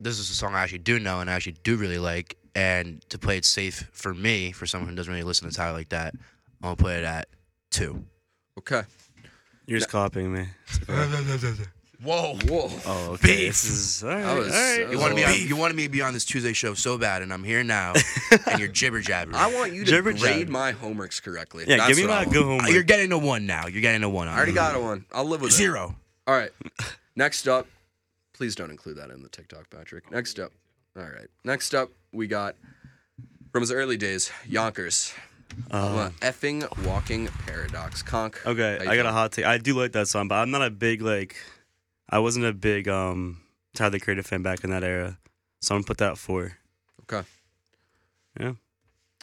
S5: this is a song I actually do know and I actually do really like. And to play it safe for me, for someone who doesn't really listen to Tyler like that, I'm gonna put it at two.
S1: Okay.
S3: you're just copying me.
S2: Whoa.
S1: Whoa.
S3: Oh, okay.
S5: Beef.
S3: This is all right.
S1: That was-
S3: all right.
S1: that
S5: You
S1: was
S5: wanted me on,
S1: Beef.
S5: you wanted me to be on this Tuesday show so bad, and I'm here [laughs] now, and you're jibber jabbering. Uh,
S1: I want you to
S3: Jibber
S1: grade
S3: jab.
S1: my homeworks correctly.
S3: yeah,
S1: That's
S3: give me
S1: what I
S3: my
S1: want.
S3: good homework.
S5: Uh, You're getting a one now. You're getting a one. On
S1: I already
S5: it.
S1: got one. I'll live with it.
S5: zero.
S1: All right. Next up, please don't include that in the TikTok, Patrick. Next up. All right. Next up, we got from his early days, Yonkers. I'm a
S3: Um,
S1: effing walking paradox. Conk.
S3: okay,
S1: How you
S3: I got a
S1: feeling?
S3: hot take. I do like that song, but I'm not a big like. I wasn't a big um Tyler the Creator fan back in that era, so I'm gonna put that at four.
S1: Okay.
S3: Yeah.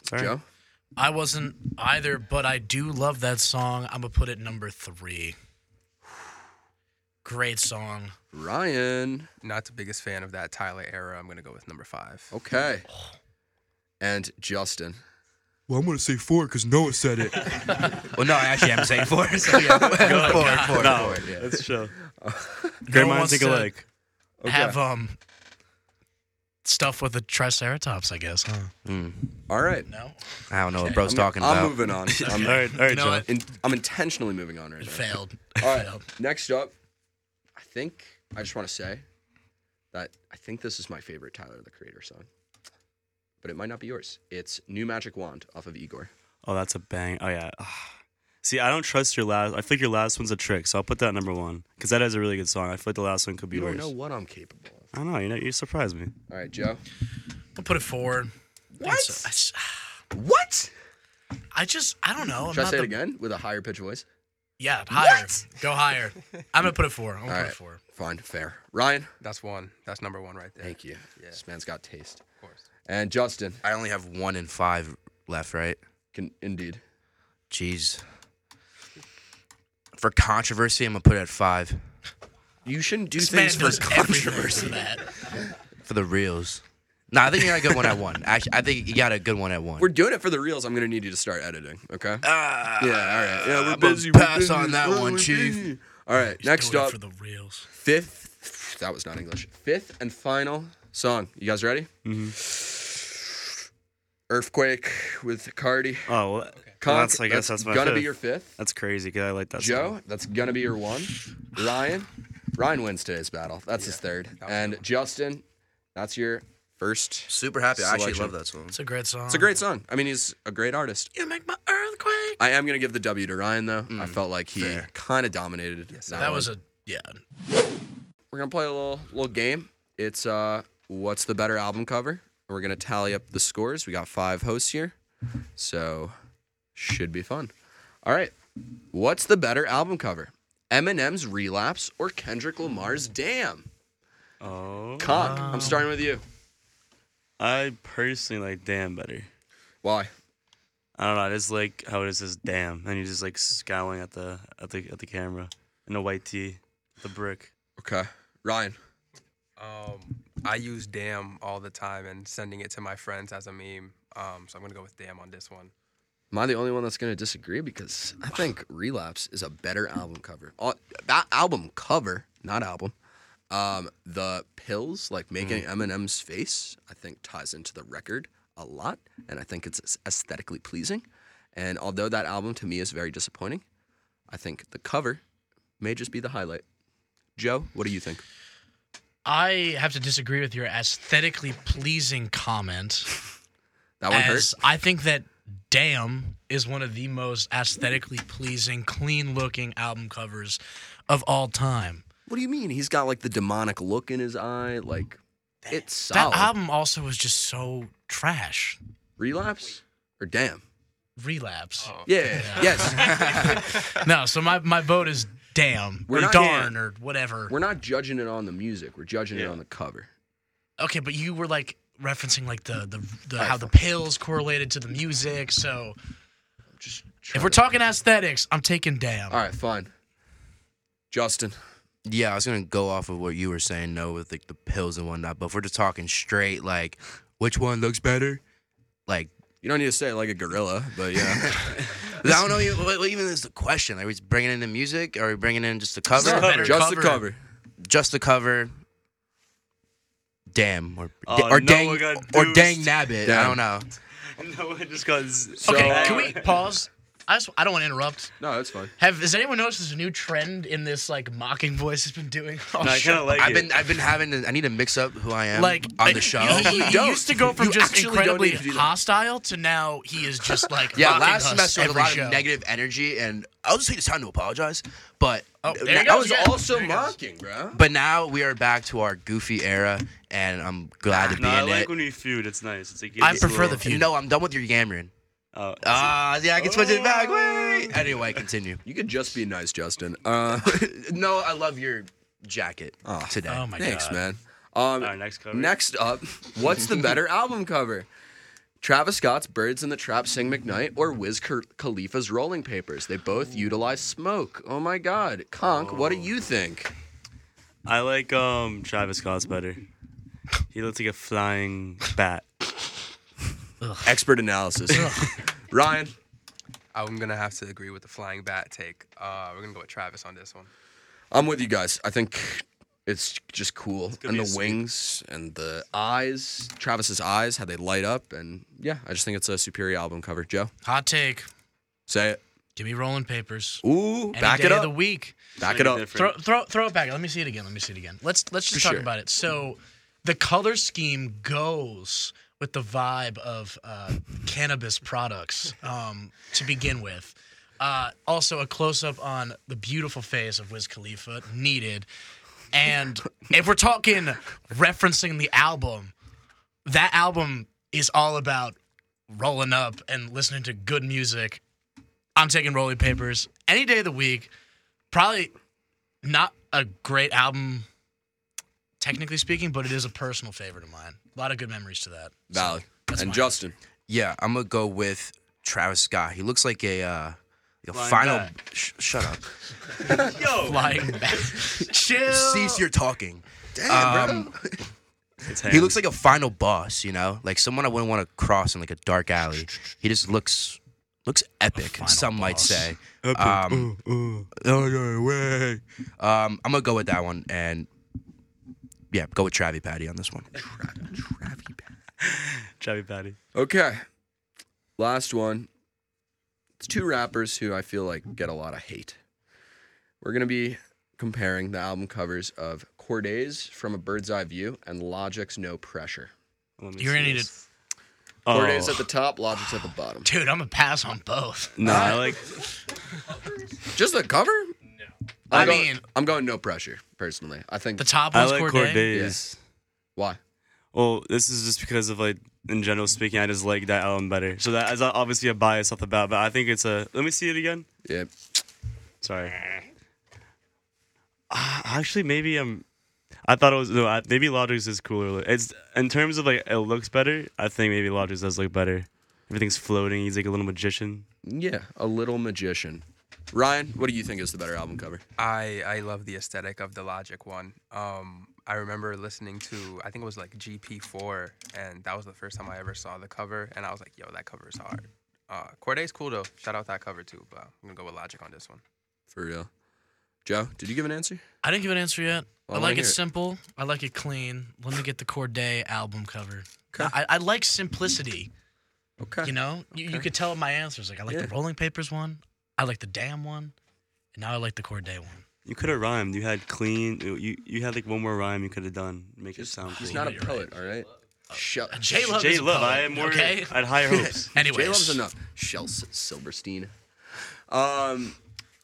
S3: It's all right.
S1: Joe.
S2: I wasn't either, but I do love that song. I'm going to put it number three. [sighs] Great song.
S1: Ryan.
S6: Not the biggest fan of that Tyler era. I'm gonna go with number five.
S1: Okay. And Justin.
S7: Well, I'm gonna say four because Noah said it.
S5: [laughs] Well, no, I actually am saying four. [laughs] So yeah, four, four,
S3: No,
S5: four. Yeah.
S1: [laughs]
S3: that's chill.
S2: No
S3: Great
S2: one
S3: minds
S2: wants
S3: think
S2: to
S3: alike.
S2: Have um stuff with a triceratops, I guess, huh?
S5: Mm.
S1: All right.
S2: No?
S5: I don't know what bro's
S1: I'm,
S5: talking
S1: I'm
S5: about.
S1: moving
S3: [laughs]
S1: on.
S3: All
S1: I'm,
S3: right, all right,
S2: You know
S3: Joe.
S2: what?
S1: in- I'm intentionally moving on right
S2: It
S1: now.
S2: failed.
S1: All [laughs] right.
S2: failed.
S1: Next up, I think I just want to say that I think this is my favorite Tyler the Creator song, but it might not be yours. It's New Magic Wand off of Igor.
S3: Oh, that's a bang. Oh yeah. Ah. See, I don't trust your last. I think your last one's a trick, so I'll put that number one because that is a really good song. I feel like the last one could be
S1: You don't
S3: worse.
S1: know what I'm capable of.
S3: I don't know. You know, you surprised me.
S1: All right, Joe.
S2: I'll put it forward. What? I, s-
S1: What?
S2: I just, I don't know. I'm
S1: Should I
S2: not
S1: say
S2: the,
S1: it again with a higher pitch voice?
S2: Yeah, higher. Go higher. I'm going to put it four. I'm going to
S1: All
S2: put
S1: right.
S2: it four.
S1: Fine, fair. Ryan,
S6: That's one. That's number one right there.
S1: thank you.
S6: Yeah.
S1: This man's got taste.
S6: Of course.
S1: And Justin,
S5: I only have one in five left, right?
S1: can indeed.
S5: Jeez. For controversy, I'm gonna put it at five.
S1: You shouldn't do
S2: This man
S1: things for
S2: knows everything
S1: controversy.
S2: for that.
S5: For the reels. No, I think you got a good one at [laughs] one. Actually, I think you got a good one at one.
S1: We're doing it for the reels. I'm gonna need you to start editing. Okay.
S5: Ah,
S1: Yeah. All right. Yeah, we're
S5: I'm gonna
S1: busy.
S5: Pass
S1: we're busy.
S5: on that
S1: We're-
S5: one,
S1: we're
S5: Chief.
S1: busy. All right.
S2: He's
S1: next
S2: doing it
S1: up,
S2: For the reels.
S1: fifth. That was not English. Fifth and final song. You guys ready?
S3: hmm
S2: Mm-hmm.
S1: Earthquake with Cardi.
S3: Oh, well,
S1: Conk,
S3: that's. I guess that's, my.
S1: gonna
S3: fifth.
S1: be your fifth.
S3: That's crazy because I like that.
S1: Joe,
S3: Song.
S1: that's gonna be your one. Ryan, Ryan wins today's battle. That's his third.
S6: was
S1: And
S6: my one.
S1: Justin, that's your first.
S5: Super happy. I actually
S1: Selection.
S5: love that song.
S2: It's a great song.
S1: It's a great song. I mean, he's a great artist.
S2: You make my earthquake.
S1: I am gonna give the W to Ryan though. I felt like he kind of dominated.
S6: Yes,
S2: That was a yeah.
S1: we're gonna play a little little game. It's uh, what's the better album cover? And We're gonna tally up the scores. We got five hosts here, so should be fun. All right, what's the better album cover? Eminem's Relapse or Kendrick Lamar's Damn?
S3: Oh.
S1: Conk, I'm starting with you.
S3: I personally like Damn better.
S1: Why?
S3: I don't know. I just like how it is just Damn, and you're just like scowling at the at the at the camera in a white tee, the brick.
S1: Okay, Ryan.
S6: Um, I use damn all the time and sending it to my friends as a meme. Um, so I'm gonna go with damn on this one.
S1: Am I the only one that's gonna disagree? Because I think Relapse is a better album cover. Uh, that album cover, not album. Um, the pills, like making
S2: Mm.
S1: Eminem's face, I think ties into the record a lot, and I think it's aesthetically pleasing. And although that album to me is very disappointing, I think the cover may just be the highlight. Joe, what do you think?
S2: I have to disagree with your aesthetically pleasing comment.
S1: That one hurt.
S2: as I think that Damn is one of the most aesthetically pleasing, clean looking album covers of all time.
S1: What do you mean? He's got like the demonic look in his eye. Like it's
S2: That
S1: solid.
S2: album also was just so trash.
S1: Relapse or damn?
S2: Relapse.
S1: Yeah. Yes.
S2: [laughs] No, so my, my vote is Damn
S1: Oh. We're
S2: or
S1: not-
S2: Darn or whatever.
S1: We're not judging it on the music. We're judging it
S3: Yeah.
S1: on the cover.
S2: okay, but you were like referencing like the the, the how the pills correlated to the music. So
S1: Just
S2: if we're talking aesthetics, I'm taking damn.
S1: All right, fine. Justin.
S5: Yeah, I was gonna go off of what you were saying, no, with like the pills and whatnot. But if we're just talking straight, like which one looks better, like [laughs]
S1: You don't need to say it like a gorilla, but
S2: [laughs]
S1: yeah.
S5: I don't know. Even, what, what even is the question? Are we bringing in the music? Are we bringing in just the cover?
S2: Just the cover.
S1: Just the
S2: cover.
S1: cover.
S5: Just the cover. Damn, or
S3: Oh,
S5: or
S3: no,
S5: dang,
S3: we got
S5: or
S3: deuced.
S5: dang nabbit. I
S1: Damn.
S5: don't know.
S3: no, I just got. z-
S2: okay,
S1: So-
S2: can we pause? I just I don't want to interrupt.
S1: No, that's fine.
S2: Have has anyone noticed there's a new trend in this like mocking voice has been doing? all
S3: No, I
S2: show?
S3: kind of like
S5: I've
S3: it.
S5: been, I've been having. To, I need to mix up who I am
S2: like
S5: on
S2: like,
S5: the show.
S2: You, you
S1: don't.
S2: used to go
S1: [laughs]
S2: from
S1: You
S2: just
S1: actually don't
S2: incredibly
S1: need to do that.
S2: hostile to now he is just like
S5: [laughs] Yeah,
S2: mocking
S5: last
S2: us
S5: semester was a
S2: every
S5: lot
S2: show.
S5: of negative energy, and I'll just take the time to apologize. But
S2: Oh, there you
S5: that
S2: go,
S5: was
S2: yeah.
S5: all.
S1: Also
S2: There he goes.
S1: mocking, bro.
S5: But now we are back to our goofy era, and I'm glad to be
S3: No, I
S5: in
S3: like
S5: it.
S3: when we feud. It's nice. It's like
S2: I
S3: it's
S2: prefer
S3: a
S2: the
S3: little-
S2: feud.
S5: no, I'm done with your yammering.
S3: Oh,
S5: Ah, yeah, I can switch it back. Wait. Anyway, continue. [laughs]
S1: You could just be nice, Justin. Uh,
S5: no, I love your jacket
S1: Oh.
S5: today.
S2: Oh my
S1: [laughs] thanks,
S2: god.
S1: man.
S3: all right,
S1: Um,
S3: next cover.
S1: next up, what's the
S2: [laughs]
S1: better album cover? Travis Scott's Birds in the Trap Sing McKnight or Wiz Khar- Khalifa's Rolling Papers. They both utilize smoke. Oh my god. Conk, what do
S2: Oh.
S1: you think?
S3: I like um Travis Scott's better. He looks like a flying
S5: [laughs]
S3: bat.
S1: Expert analysis. Ryan.
S6: I'm gonna have to agree with the flying bat take. Uh, we're gonna go with Travis on this one.
S1: I'm with you guys. I think it's just cool.
S3: gonna
S1: And
S3: be a
S1: the
S3: sweep.
S1: wings and the eyes, Travis's eyes, how they light up. And yeah, I just think it's a superior album cover. Joe,
S2: Hot take.
S1: say it.
S2: Give me rolling papers.
S1: Ooh,
S2: Any
S1: back
S2: day
S1: it
S2: of the
S1: up.
S2: week.
S1: Back it
S3: Make it
S1: up.
S3: different.
S2: Throw, throw, throw it back. Let me see it again. Let me see it again. Let's let's just
S1: For
S2: talk
S1: sure.
S2: about it. So, the color scheme goes with the vibe of uh, cannabis products um, to begin with. Uh, also, a close up on the beautiful face of Wiz Khalifa needed. And if we're talking referencing the album, that album is all about rolling up and listening to good music. I'm taking Rolling Papers any day of the week. Probably not a great album, technically speaking, but it is a personal favorite of mine. A lot of good memories to that.
S1: Valid.
S2: That's
S1: and
S2: mine.
S1: Justin.
S5: Yeah, I'm gonna go with Travis Scott. He looks like a uh, a
S3: Flying
S5: final.
S3: bat.
S5: Sh- shut up.
S2: Flying back. [laughs] Chill.
S5: [laughs] Cease your talking. Um,
S3: It's
S5: He
S3: him.
S5: looks like a final boss. You know, like someone I wouldn't want to cross in like a dark alley. He just looks looks epic.
S2: final
S5: Some might
S2: boss.
S5: say. [laughs]
S7: Epic.
S5: Um,
S7: oh, no way.
S5: Um, I'm gonna go with that one, and yeah, go with Travi Patty on this one.
S3: Chubby Patty.
S1: Okay. Last one. It's two rappers who I feel like get a lot of hate. We're going to be comparing the album covers of Corday's From a Bird's Eye View and Logic's No Pressure.
S3: Let me
S2: You're gonna
S3: see
S2: need
S3: this. Oh.
S1: Corday's at the top, Logic's at the bottom.
S2: Dude, I'm going to pass on both.
S3: No, I like.
S1: Just the cover? No.
S2: I mean-
S1: I'm going No Pressure, personally. I think.
S2: The top
S3: I
S2: one's
S3: like
S2: Corday.
S3: Corday's.
S1: why?
S3: Well, this is just because of like in general speaking, I just like that album better. So that is obviously a bias off the bat, but I think it's a. Let me see it again.
S1: Yeah.
S3: Sorry. Ah, actually, maybe I'm. I thought it was no. I, maybe Logic's is cooler. It's in terms of like it looks better. I think maybe Logic's does look better. Everything's floating. He's like a little magician.
S1: Yeah. A Little Magician. Ryan, what do you think is the better album cover?
S6: I I love the aesthetic of the Logic one. Um, I remember listening to I think it was like GP4, and that was the first time I ever saw the cover, and I was like, yo, that cover is hard. Uh, Corday's cool though. Shout out that cover too, but I'm gonna go with Logic on this one.
S1: For real. Joe, did you give an answer?
S2: I didn't give an answer yet.
S1: Well, I
S2: I
S1: wanna
S2: like it
S1: hear it.
S2: simple. I like it clean. Let me get the Corday album cover. I, I like simplicity.
S1: Okay.
S2: You know, you, you could tell my answers. Like I like
S1: Yeah.
S2: the Rolling Papers one. I like the Damn one, and now I like the Corday one.
S3: You could have rhymed. You had clean. You you had like one more rhyme you could have done. Make it sound cool.
S1: He's not a
S2: You're right.
S1: poet, all right? Shut
S2: J Love.
S3: Jay Love. I am more.
S2: Okay.
S3: I had higher hopes.
S2: Anyways,
S1: J Love's enough. Shels Silverstein. [laughs] Um,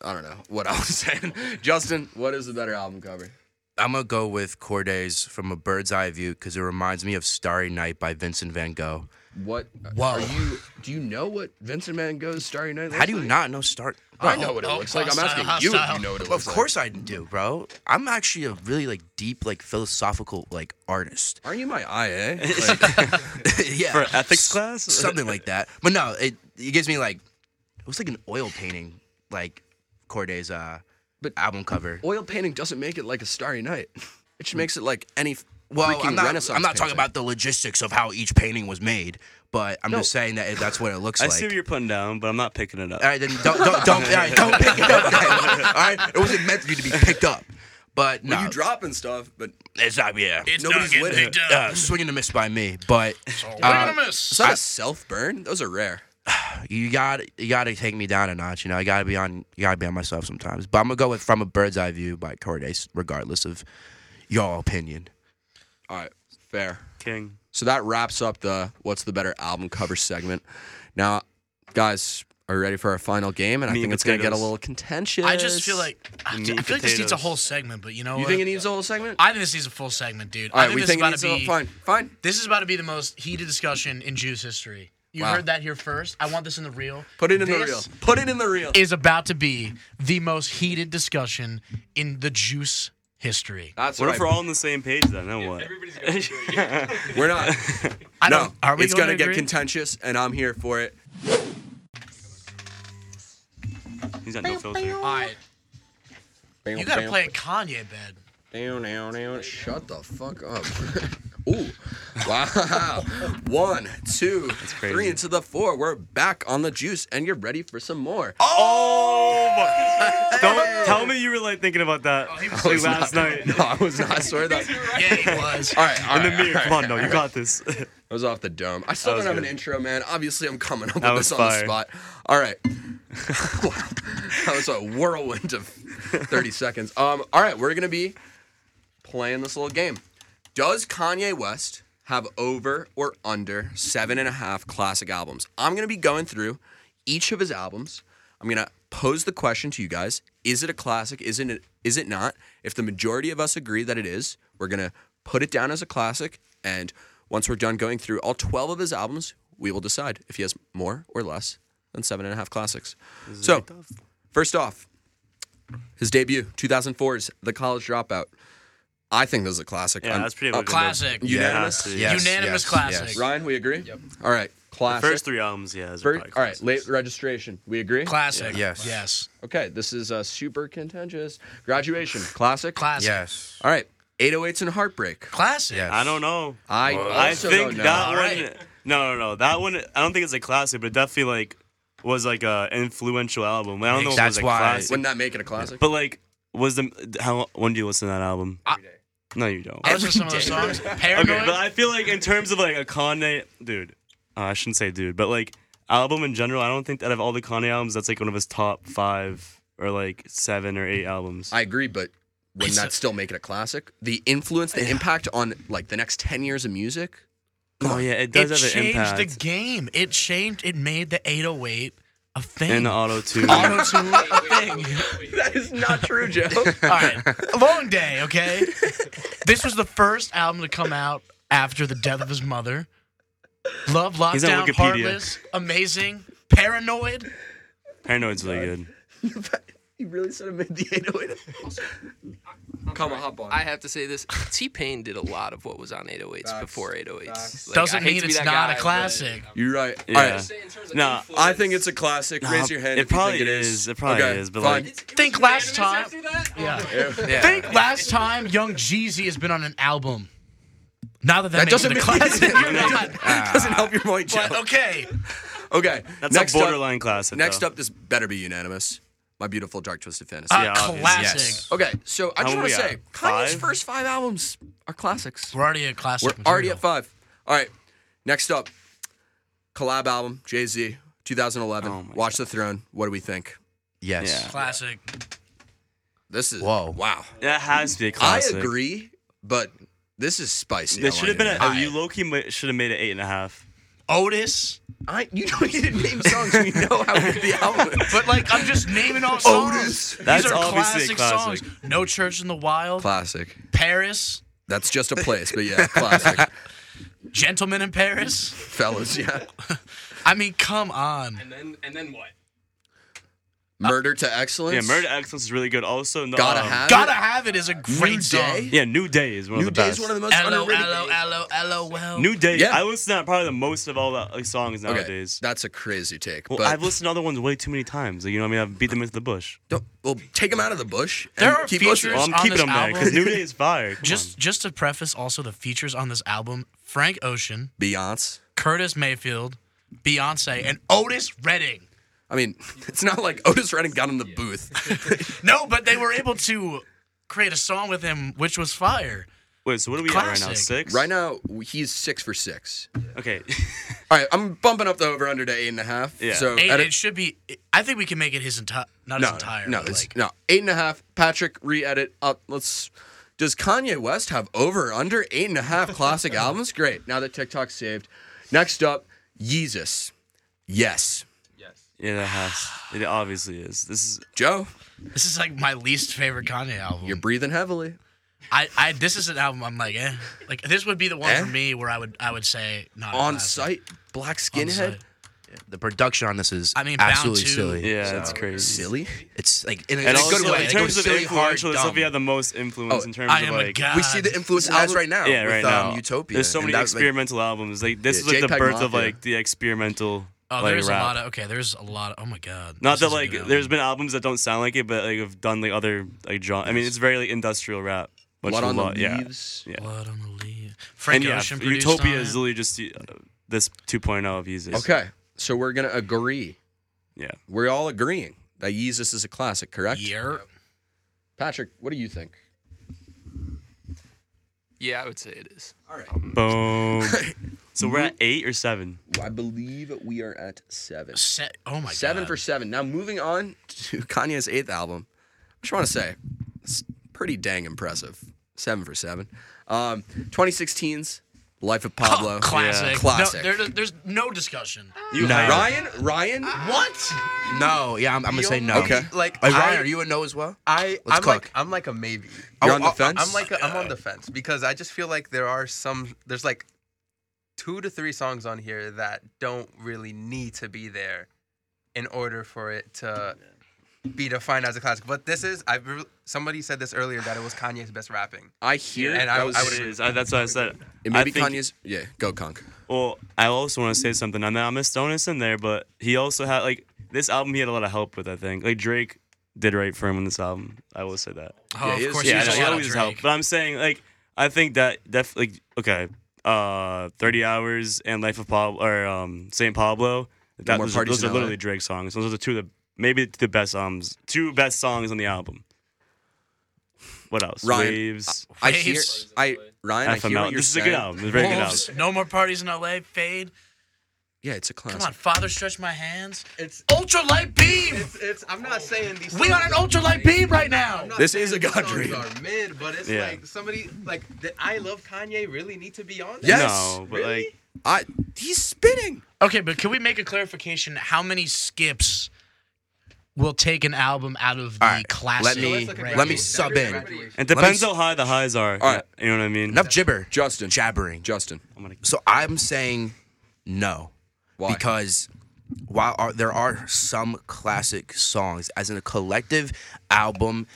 S1: I don't know what I was saying. Justin, what is the better album cover?
S5: I'm gonna go with Corday's from a bird's eye view because it reminds me of Starry Night by Vincent Van Gogh.
S1: What
S5: Whoa.
S1: are you? Do you know what Vincent Van Gogh's Starry Night?
S5: How
S1: looks
S5: do you
S1: like?
S5: not know Star?
S1: I know what it
S2: Oh,
S1: looks like. I'm
S2: hostile,
S1: asking you if
S2: hostile.
S1: you know what it
S5: Well,
S1: looks
S5: of
S1: like.
S5: course I do, bro. I'm actually a really like deep, like philosophical, like artist.
S1: Aren't you my IA? Like,
S5: [laughs] yeah,
S3: For ethics
S5: S-
S3: class?
S5: something like that. But no, it it gives me like it was like an oil painting, like Corday's uh,
S1: But-
S5: album cover.
S1: oil painting doesn't make it like a Starry Night. [laughs] It just makes it like any f-
S5: Well,
S1: freaking
S5: I'm not.
S1: Renaissance.
S5: I'm not talking
S1: painting.
S5: about the logistics of how each painting was made, but I'm
S1: No.
S5: just saying that it, that's what it looks
S3: I
S5: like.
S3: see what you're putting down, but I'm not picking it up.
S5: All right, then don't don't don't, all right, don't pick it up. All right, all right? it wasn't meant for you to be picked up. But no,
S1: Well, you dropping stuff, but
S5: it's not. Yeah,
S2: It's not
S5: nobody's
S2: getting
S5: with
S2: picked
S5: it.
S2: up.
S5: Uh, swinging a miss by me, but
S4: We're
S5: uh,
S4: gonna miss.
S1: is that a self burn? Those are rare.
S5: you got you got to take me down a notch. You know, I got to be on you got to be on myself sometimes. But I'm gonna go with "From a Bird's Eye View" by Cordace, regardless of your opinion.
S1: All right, fair.
S3: King.
S1: So that wraps up the what's the better album cover segment. Now, guys, are you ready for our final game? And I
S3: Meat
S1: think it's going to get a
S3: potatoes.
S1: little contentious.
S2: I just feel like I,
S3: Meat
S2: I feel like this needs a
S3: potatoes.
S2: whole segment, but you know
S1: you
S2: what?
S1: think it needs a whole segment.
S2: I think this needs a full segment, dude.
S1: All
S2: I
S1: right,
S2: think
S1: we
S2: this
S1: think it needs
S2: is about to
S1: a
S2: be
S1: fine, fine.
S2: this is about to be the most heated discussion in Jews history. You
S1: Wow.
S2: heard that here first. I want this in the reel.
S1: Put it in the
S2: This
S1: reel. Put it in the reel.
S2: Is about to be the most heated discussion in the juice history.
S1: That's
S3: What
S1: right.
S3: if we're all on the same page then? Then what?
S1: We're not.
S2: I
S1: No,
S2: don't. Are we
S1: it's
S2: going
S1: gonna
S2: to
S1: get
S2: agree?
S1: contentious, and I'm here for it.
S3: He's got no filter.
S2: All right, you got to play a Kanye bed.
S1: Down, down, down. Shut the fuck up. [laughs] Ooh. Wow. One, two, three,
S3: crazy.
S1: into the four. We're back on the juice, and you're ready for some more.
S3: Oh my! Don't tell me you were like thinking about that
S2: he was
S3: [laughs] like
S1: [laughs]
S3: last night.
S1: No, I was not. I swear
S3: [laughs]
S1: that. [laughs]
S2: Yeah, he was.
S1: All right, all
S3: In
S1: right.
S3: the mirror, come on, no, you
S1: [laughs]
S3: got this.
S1: I was off the dome. I still don't
S3: That was
S1: have an
S3: good.
S1: intro, man. Obviously, I'm coming up with
S3: That
S1: this
S3: was
S1: on the
S3: fire.
S1: spot. All right. [laughs] that was a whirlwind of 30 seconds. Um, all right, we're gonna be playing this little game. Does Kanye West have over or under seven and a half classic albums? I'm gonna be going through each of his albums. I'm gonna pose the question to you guys: Is it a classic? Is it? Is it not? If the majority of us agree that it is, we're gonna put it down as a classic. And once we're done going through all 12 of his albums, we will decide if he has more or less than seven and a half classics. So, first off, his debut, 2004's The College Dropout. I think this is a classic.
S3: Yeah,
S1: I'm-
S3: that's pretty much
S2: Classic.
S1: Unanimous?
S3: Yeah,
S5: Yes,
S2: Unanimous
S5: yes,
S2: classic.
S5: yes.
S1: Ryan, we agree? Yep. All right,
S3: The
S1: classic.
S3: first three albums, yeah. those are
S1: Fir-
S3: probably
S1: all right,
S3: classics.
S1: late registration. We agree?
S2: Classic.
S5: Yes.
S2: Yes.
S1: okay, this is uh, super contentious. Graduation, classic.
S2: Classic.
S5: Yes.
S1: all right, 808s and Heartbreak.
S2: Classic.
S5: Yes.
S3: I don't know.
S1: I,
S3: I
S1: also
S3: think
S1: don't know.
S3: that one.
S2: Alright.
S3: No, no, no. That one. I don't think it's a classic, but it definitely like was like a influential album. I don't know if it
S5: That's
S3: was a
S5: why-
S3: classic,
S1: Wouldn't that make it a classic?
S3: but like was the how when do you listen to that album? no, you don't.
S2: I listen to some of
S5: [laughs]
S2: those songs. Paranoid.
S3: Okay, but I feel like in terms of like a Kanye, dude, uh, I shouldn't say dude, but like album in general, I don't think that of all the Kanye albums, that's like one of his top five or like seven or eight albums.
S1: I agree, but wouldn't that still make it a classic? The influence, the impact on like the next 10 years of music?
S3: oh yeah, it
S2: it
S3: does have an
S2: changed
S3: impact.
S2: the game. It changed. It made the 808 a thing.
S3: and uh, the
S1: [laughs]
S3: auto tune. [laughs]
S2: Auto-tune a thing.
S1: That is not true, Joe. [laughs]
S2: All right, a long day. Okay, this was the first album to come out after the death of his mother. Love
S3: He's on
S2: lockdown,
S3: Wikipedia.
S2: heartless, amazing, paranoid.
S3: Paranoid's really good.
S1: you really should have made the 808. [laughs] Come on, hop on.
S8: I have to say this: T Pain did a lot of what was on 808s before 808s. Like, I
S2: Doesn't
S8: hate
S2: mean
S8: to be
S2: it's
S8: that
S2: not
S8: guy,
S2: a
S8: but-
S2: classic.
S1: You're right.
S3: Yeah.
S1: All right.
S3: Nah,
S1: I think it's a classic. Raise your hand.
S3: It
S1: if you
S3: probably
S1: think it is.
S3: is. It probably
S1: Okay,
S3: is. But
S1: fine. [laughs]
S3: like,
S2: Think last time. Yeah.
S5: Yeah.
S2: Think last time Young Jeezy has been on an album. Now that that,
S1: That
S2: makes it
S1: doesn't
S2: a
S1: make
S2: classic.
S1: You're not- doesn't help your point, Joe.
S2: But okay,
S1: Okay.
S3: that's
S1: next
S3: a
S1: Up,
S3: borderline classic.
S1: next
S3: though.
S1: up, this better be unanimous. My beautiful dark twisted fantasy.
S2: a
S3: Yeah, obvious.
S2: classic.
S5: Yes.
S1: okay, so I
S3: How
S1: just
S3: are
S1: want
S3: we
S1: to
S3: at?
S1: say Kanye's
S3: Five?
S1: first five albums are classics.
S2: We're already at classic.
S1: We're already
S2: material.
S1: at five. All right. Next up, collab album Jay Z, 2011.
S3: Oh my
S1: Watch the Throne. What do we think?
S5: Yes.
S3: Yeah.
S2: Classic.
S1: This is
S5: Whoa.
S1: Wow.
S3: That has to be a classic.
S1: I agree, but this is spicy. I
S3: This should have
S1: wanna
S3: been. oh,
S1: know.
S3: A, you low key should have made it eight and a half.
S9: Otis.
S1: I, you don't need to name songs. We know how good the album is.
S2: But like, I'm just naming off songs.
S3: That's
S2: These are
S3: obviously
S2: classic,
S3: a classic.
S2: songs. No Church in the Wild,
S1: Classic.
S2: Paris,
S1: That's just a place, but yeah, [laughs] classic.
S2: Gentlemen in Paris.
S1: Fellas, yeah.
S2: I mean, come on.
S8: And then and then what?
S1: Murder to Excellence.
S3: Yeah, Murder Excellence is really good. Also, no,
S1: Gotta
S3: um,
S1: have.
S2: Gotta
S1: it.
S2: have it is a great song.
S3: Yeah, New Day is one
S1: New
S3: of the
S1: Day is
S3: best.
S1: one of the most
S2: Hello,
S1: underrated.
S2: hello, hello, hello. Well,
S3: New Day.
S1: Yeah.
S3: I listen to that probably the most of all the like, songs
S1: Okay,
S3: nowadays.
S1: that's a crazy take.
S3: Well,
S1: but
S3: I've listened to other ones way too many times. Like, you know what I mean? I've beat them into the bush.
S1: Don't, well, take them out of the bush. And
S2: There are
S1: keep
S2: features-
S3: Well,
S1: listening.
S3: I'm
S2: on
S3: keeping
S2: this
S3: them there because
S2: album-
S3: New Day is fire. Come
S2: just just to preface, also the features on this album: Frank Ocean,
S1: Beyonce.
S2: Curtis Mayfield, Beyonce, and Otis Redding.
S1: I mean, [laughs] it's not like Otis Redding got in the booth. [laughs]
S2: No, but they were able to create a song with him, which was fire.
S3: on. Wait, so what are we at right now?
S2: Classic.
S3: Six?
S1: right now, he's six for six.
S3: Okay. [laughs]
S1: All right, I'm bumping up the over under to eight and a half.
S3: Yeah.
S1: So
S2: Eight,
S1: at a-
S2: it should be. I think we can make it his entire, not his entire.
S1: No,
S2: but
S1: it's
S2: like,
S1: no eight and a half. Patrick re-edit. Up. Let's. Does Kanye West have over or under eight and a half
S2: [laughs]
S1: classic albums? Great. Now that TikTok's saved. Next up, Yeezus. Yes,
S3: yeah, that has. It obviously is. This is.
S1: Joe,
S2: this is like my least favorite Kanye album.
S1: you're breathing heavily.
S2: I, I, this is an album I'm like, eh. Like this would be the one
S1: Eh?
S2: for me where I would, I would say not a
S1: On
S2: classic.
S1: site, black
S2: On site.
S1: skinhead.
S5: The production on this is
S2: I mean, Bound
S5: absolutely
S2: to-
S5: silly.
S3: Yeah, that's crazy.
S1: Silly.
S5: It's like in a,
S3: And
S5: in a
S3: also,
S5: good way.
S3: in
S5: It
S3: terms
S5: goes
S3: of
S5: silly, hard,
S3: influential, this will
S5: dumb.
S3: be at the most influence in terms
S2: I
S3: of
S2: am a
S3: like.
S2: god.
S1: We see the influence as right now.
S3: Yeah, right
S1: with,
S3: now.
S1: Um, Utopia.
S3: There's so
S1: And
S3: many
S1: that, like,
S3: experimental albums. Like this
S1: Yeah,
S3: is like the
S1: JPEG
S3: birth of
S1: Mafia.
S3: like the experimental.
S2: Oh,
S3: like,
S2: there's
S3: rap.
S2: a lot of okay. There's a lot. Of, oh my god.
S3: Not
S2: this
S3: that
S2: is a
S3: like
S2: good album.
S3: there's been albums that don't sound like it, but like have done like other like genre. I mean, it's very like industrial rap. which
S1: blood
S3: a
S1: on
S3: lot-
S1: the
S3: yeah.
S1: leaves.
S3: Yeah.
S2: Blood on the leaves.
S3: And
S2: Frank
S3: yeah,
S2: Ocean produced
S3: Utopia
S2: on
S3: is
S2: it.
S3: literally just uh, this 2.0 of Yeezus.
S1: Okay, so we're gonna agree.
S3: Yeah.
S1: We're all agreeing that Yeezus is a classic, correct?
S2: year.
S1: Patrick, what do you think?
S8: Yeah, I would say it is.
S2: [laughs]
S3: Boom. so we're at eight or seven.
S1: I believe we are at seven.
S2: Se- oh my
S1: Seven
S2: god.
S1: for seven. Now moving on to [laughs] Kanye's eighth album. I just want to say, it's pretty dang impressive. Seven for seven. Um, 2016's Life of Pablo.
S2: Classic. No,
S1: Classic.
S2: there- there's no discussion.
S3: You
S1: Ryan, Ryan,
S3: Ah.
S2: What?
S5: No, yeah, I'm, I'm gonna say no.
S1: Okay.
S6: Like,
S5: Like Ryan,
S6: I-
S5: are you a no as well?
S6: I
S5: Let's
S6: I'm
S5: cook.
S6: like I'm like a maybe.
S1: You're
S6: I-
S1: on the
S6: I-
S1: fence?
S6: I'm like a, I'm on the fence because I just feel like there are some there's like two to three songs on here that don't really need to be there in order for it to be defined as a classic. But this is I re- somebody said this earlier that it was Kanye's best rapping.
S1: I hear.
S6: And I-
S1: that
S6: I
S1: was-
S6: would
S3: It is. I, that's what I said.
S1: It may
S3: I
S1: be
S3: think-
S1: Kanye's. Yeah, go Conk.
S3: Well, I also want to say something. I know I missed Onis in there, but he also had like this album. He had a lot of help with. I think like Drake did right for him on this album. I will say that.
S2: Oh,
S1: Yeah, he
S2: of
S1: is-
S2: course,
S3: Yeah, I
S2: he's
S3: know,
S2: a
S3: he
S2: lot of
S3: always
S2: Drake.
S3: help. But I'm saying like I think that def like okay, uh, Thirty Hours and Life of Pablo or um Saint Pablo. That
S1: More
S3: those, are-
S1: Parties
S3: those
S1: in
S3: are
S1: LA.
S3: literally Drake songs. Those are two of the maybe the best songs. Two best songs on the album. What else?
S1: Ryan,
S3: Waves.
S1: I hear.
S2: Waves.
S1: I Ryan. I hear
S3: FML.
S1: what you're
S3: This is a
S1: saying.
S3: good album. It's a very good album.
S2: Wolves, no more parties in LA. Fade.
S1: Yeah, it's a classic.
S2: Come on, Father, stretch my hands.
S6: It's
S2: Ultra light beam.
S6: it's, it's I'm not saying these.
S2: We on an ultra light beam right now.
S1: This is a God dream.
S6: Are mid, but it's
S3: Yeah.
S6: like somebody like the I love Kanye really need to be on. This?
S1: Yes.
S3: No, but
S6: Really?
S3: like
S1: I. He's spinning.
S2: Okay, but can we make a clarification? How many skips will take an album out of the
S5: Alright,
S2: classic?
S5: let me-
S2: range?
S5: let me sub in.
S3: it
S5: Let me
S3: depends
S5: s-
S3: how high the highs are.
S1: right.
S3: You know what I mean?
S5: Enough gibber,
S1: Justin.
S5: jabbering.
S1: Justin.
S3: I'm gonna-
S5: So I'm saying no.
S1: Why?
S5: Because while are, there are some classic songs, as in a collective album,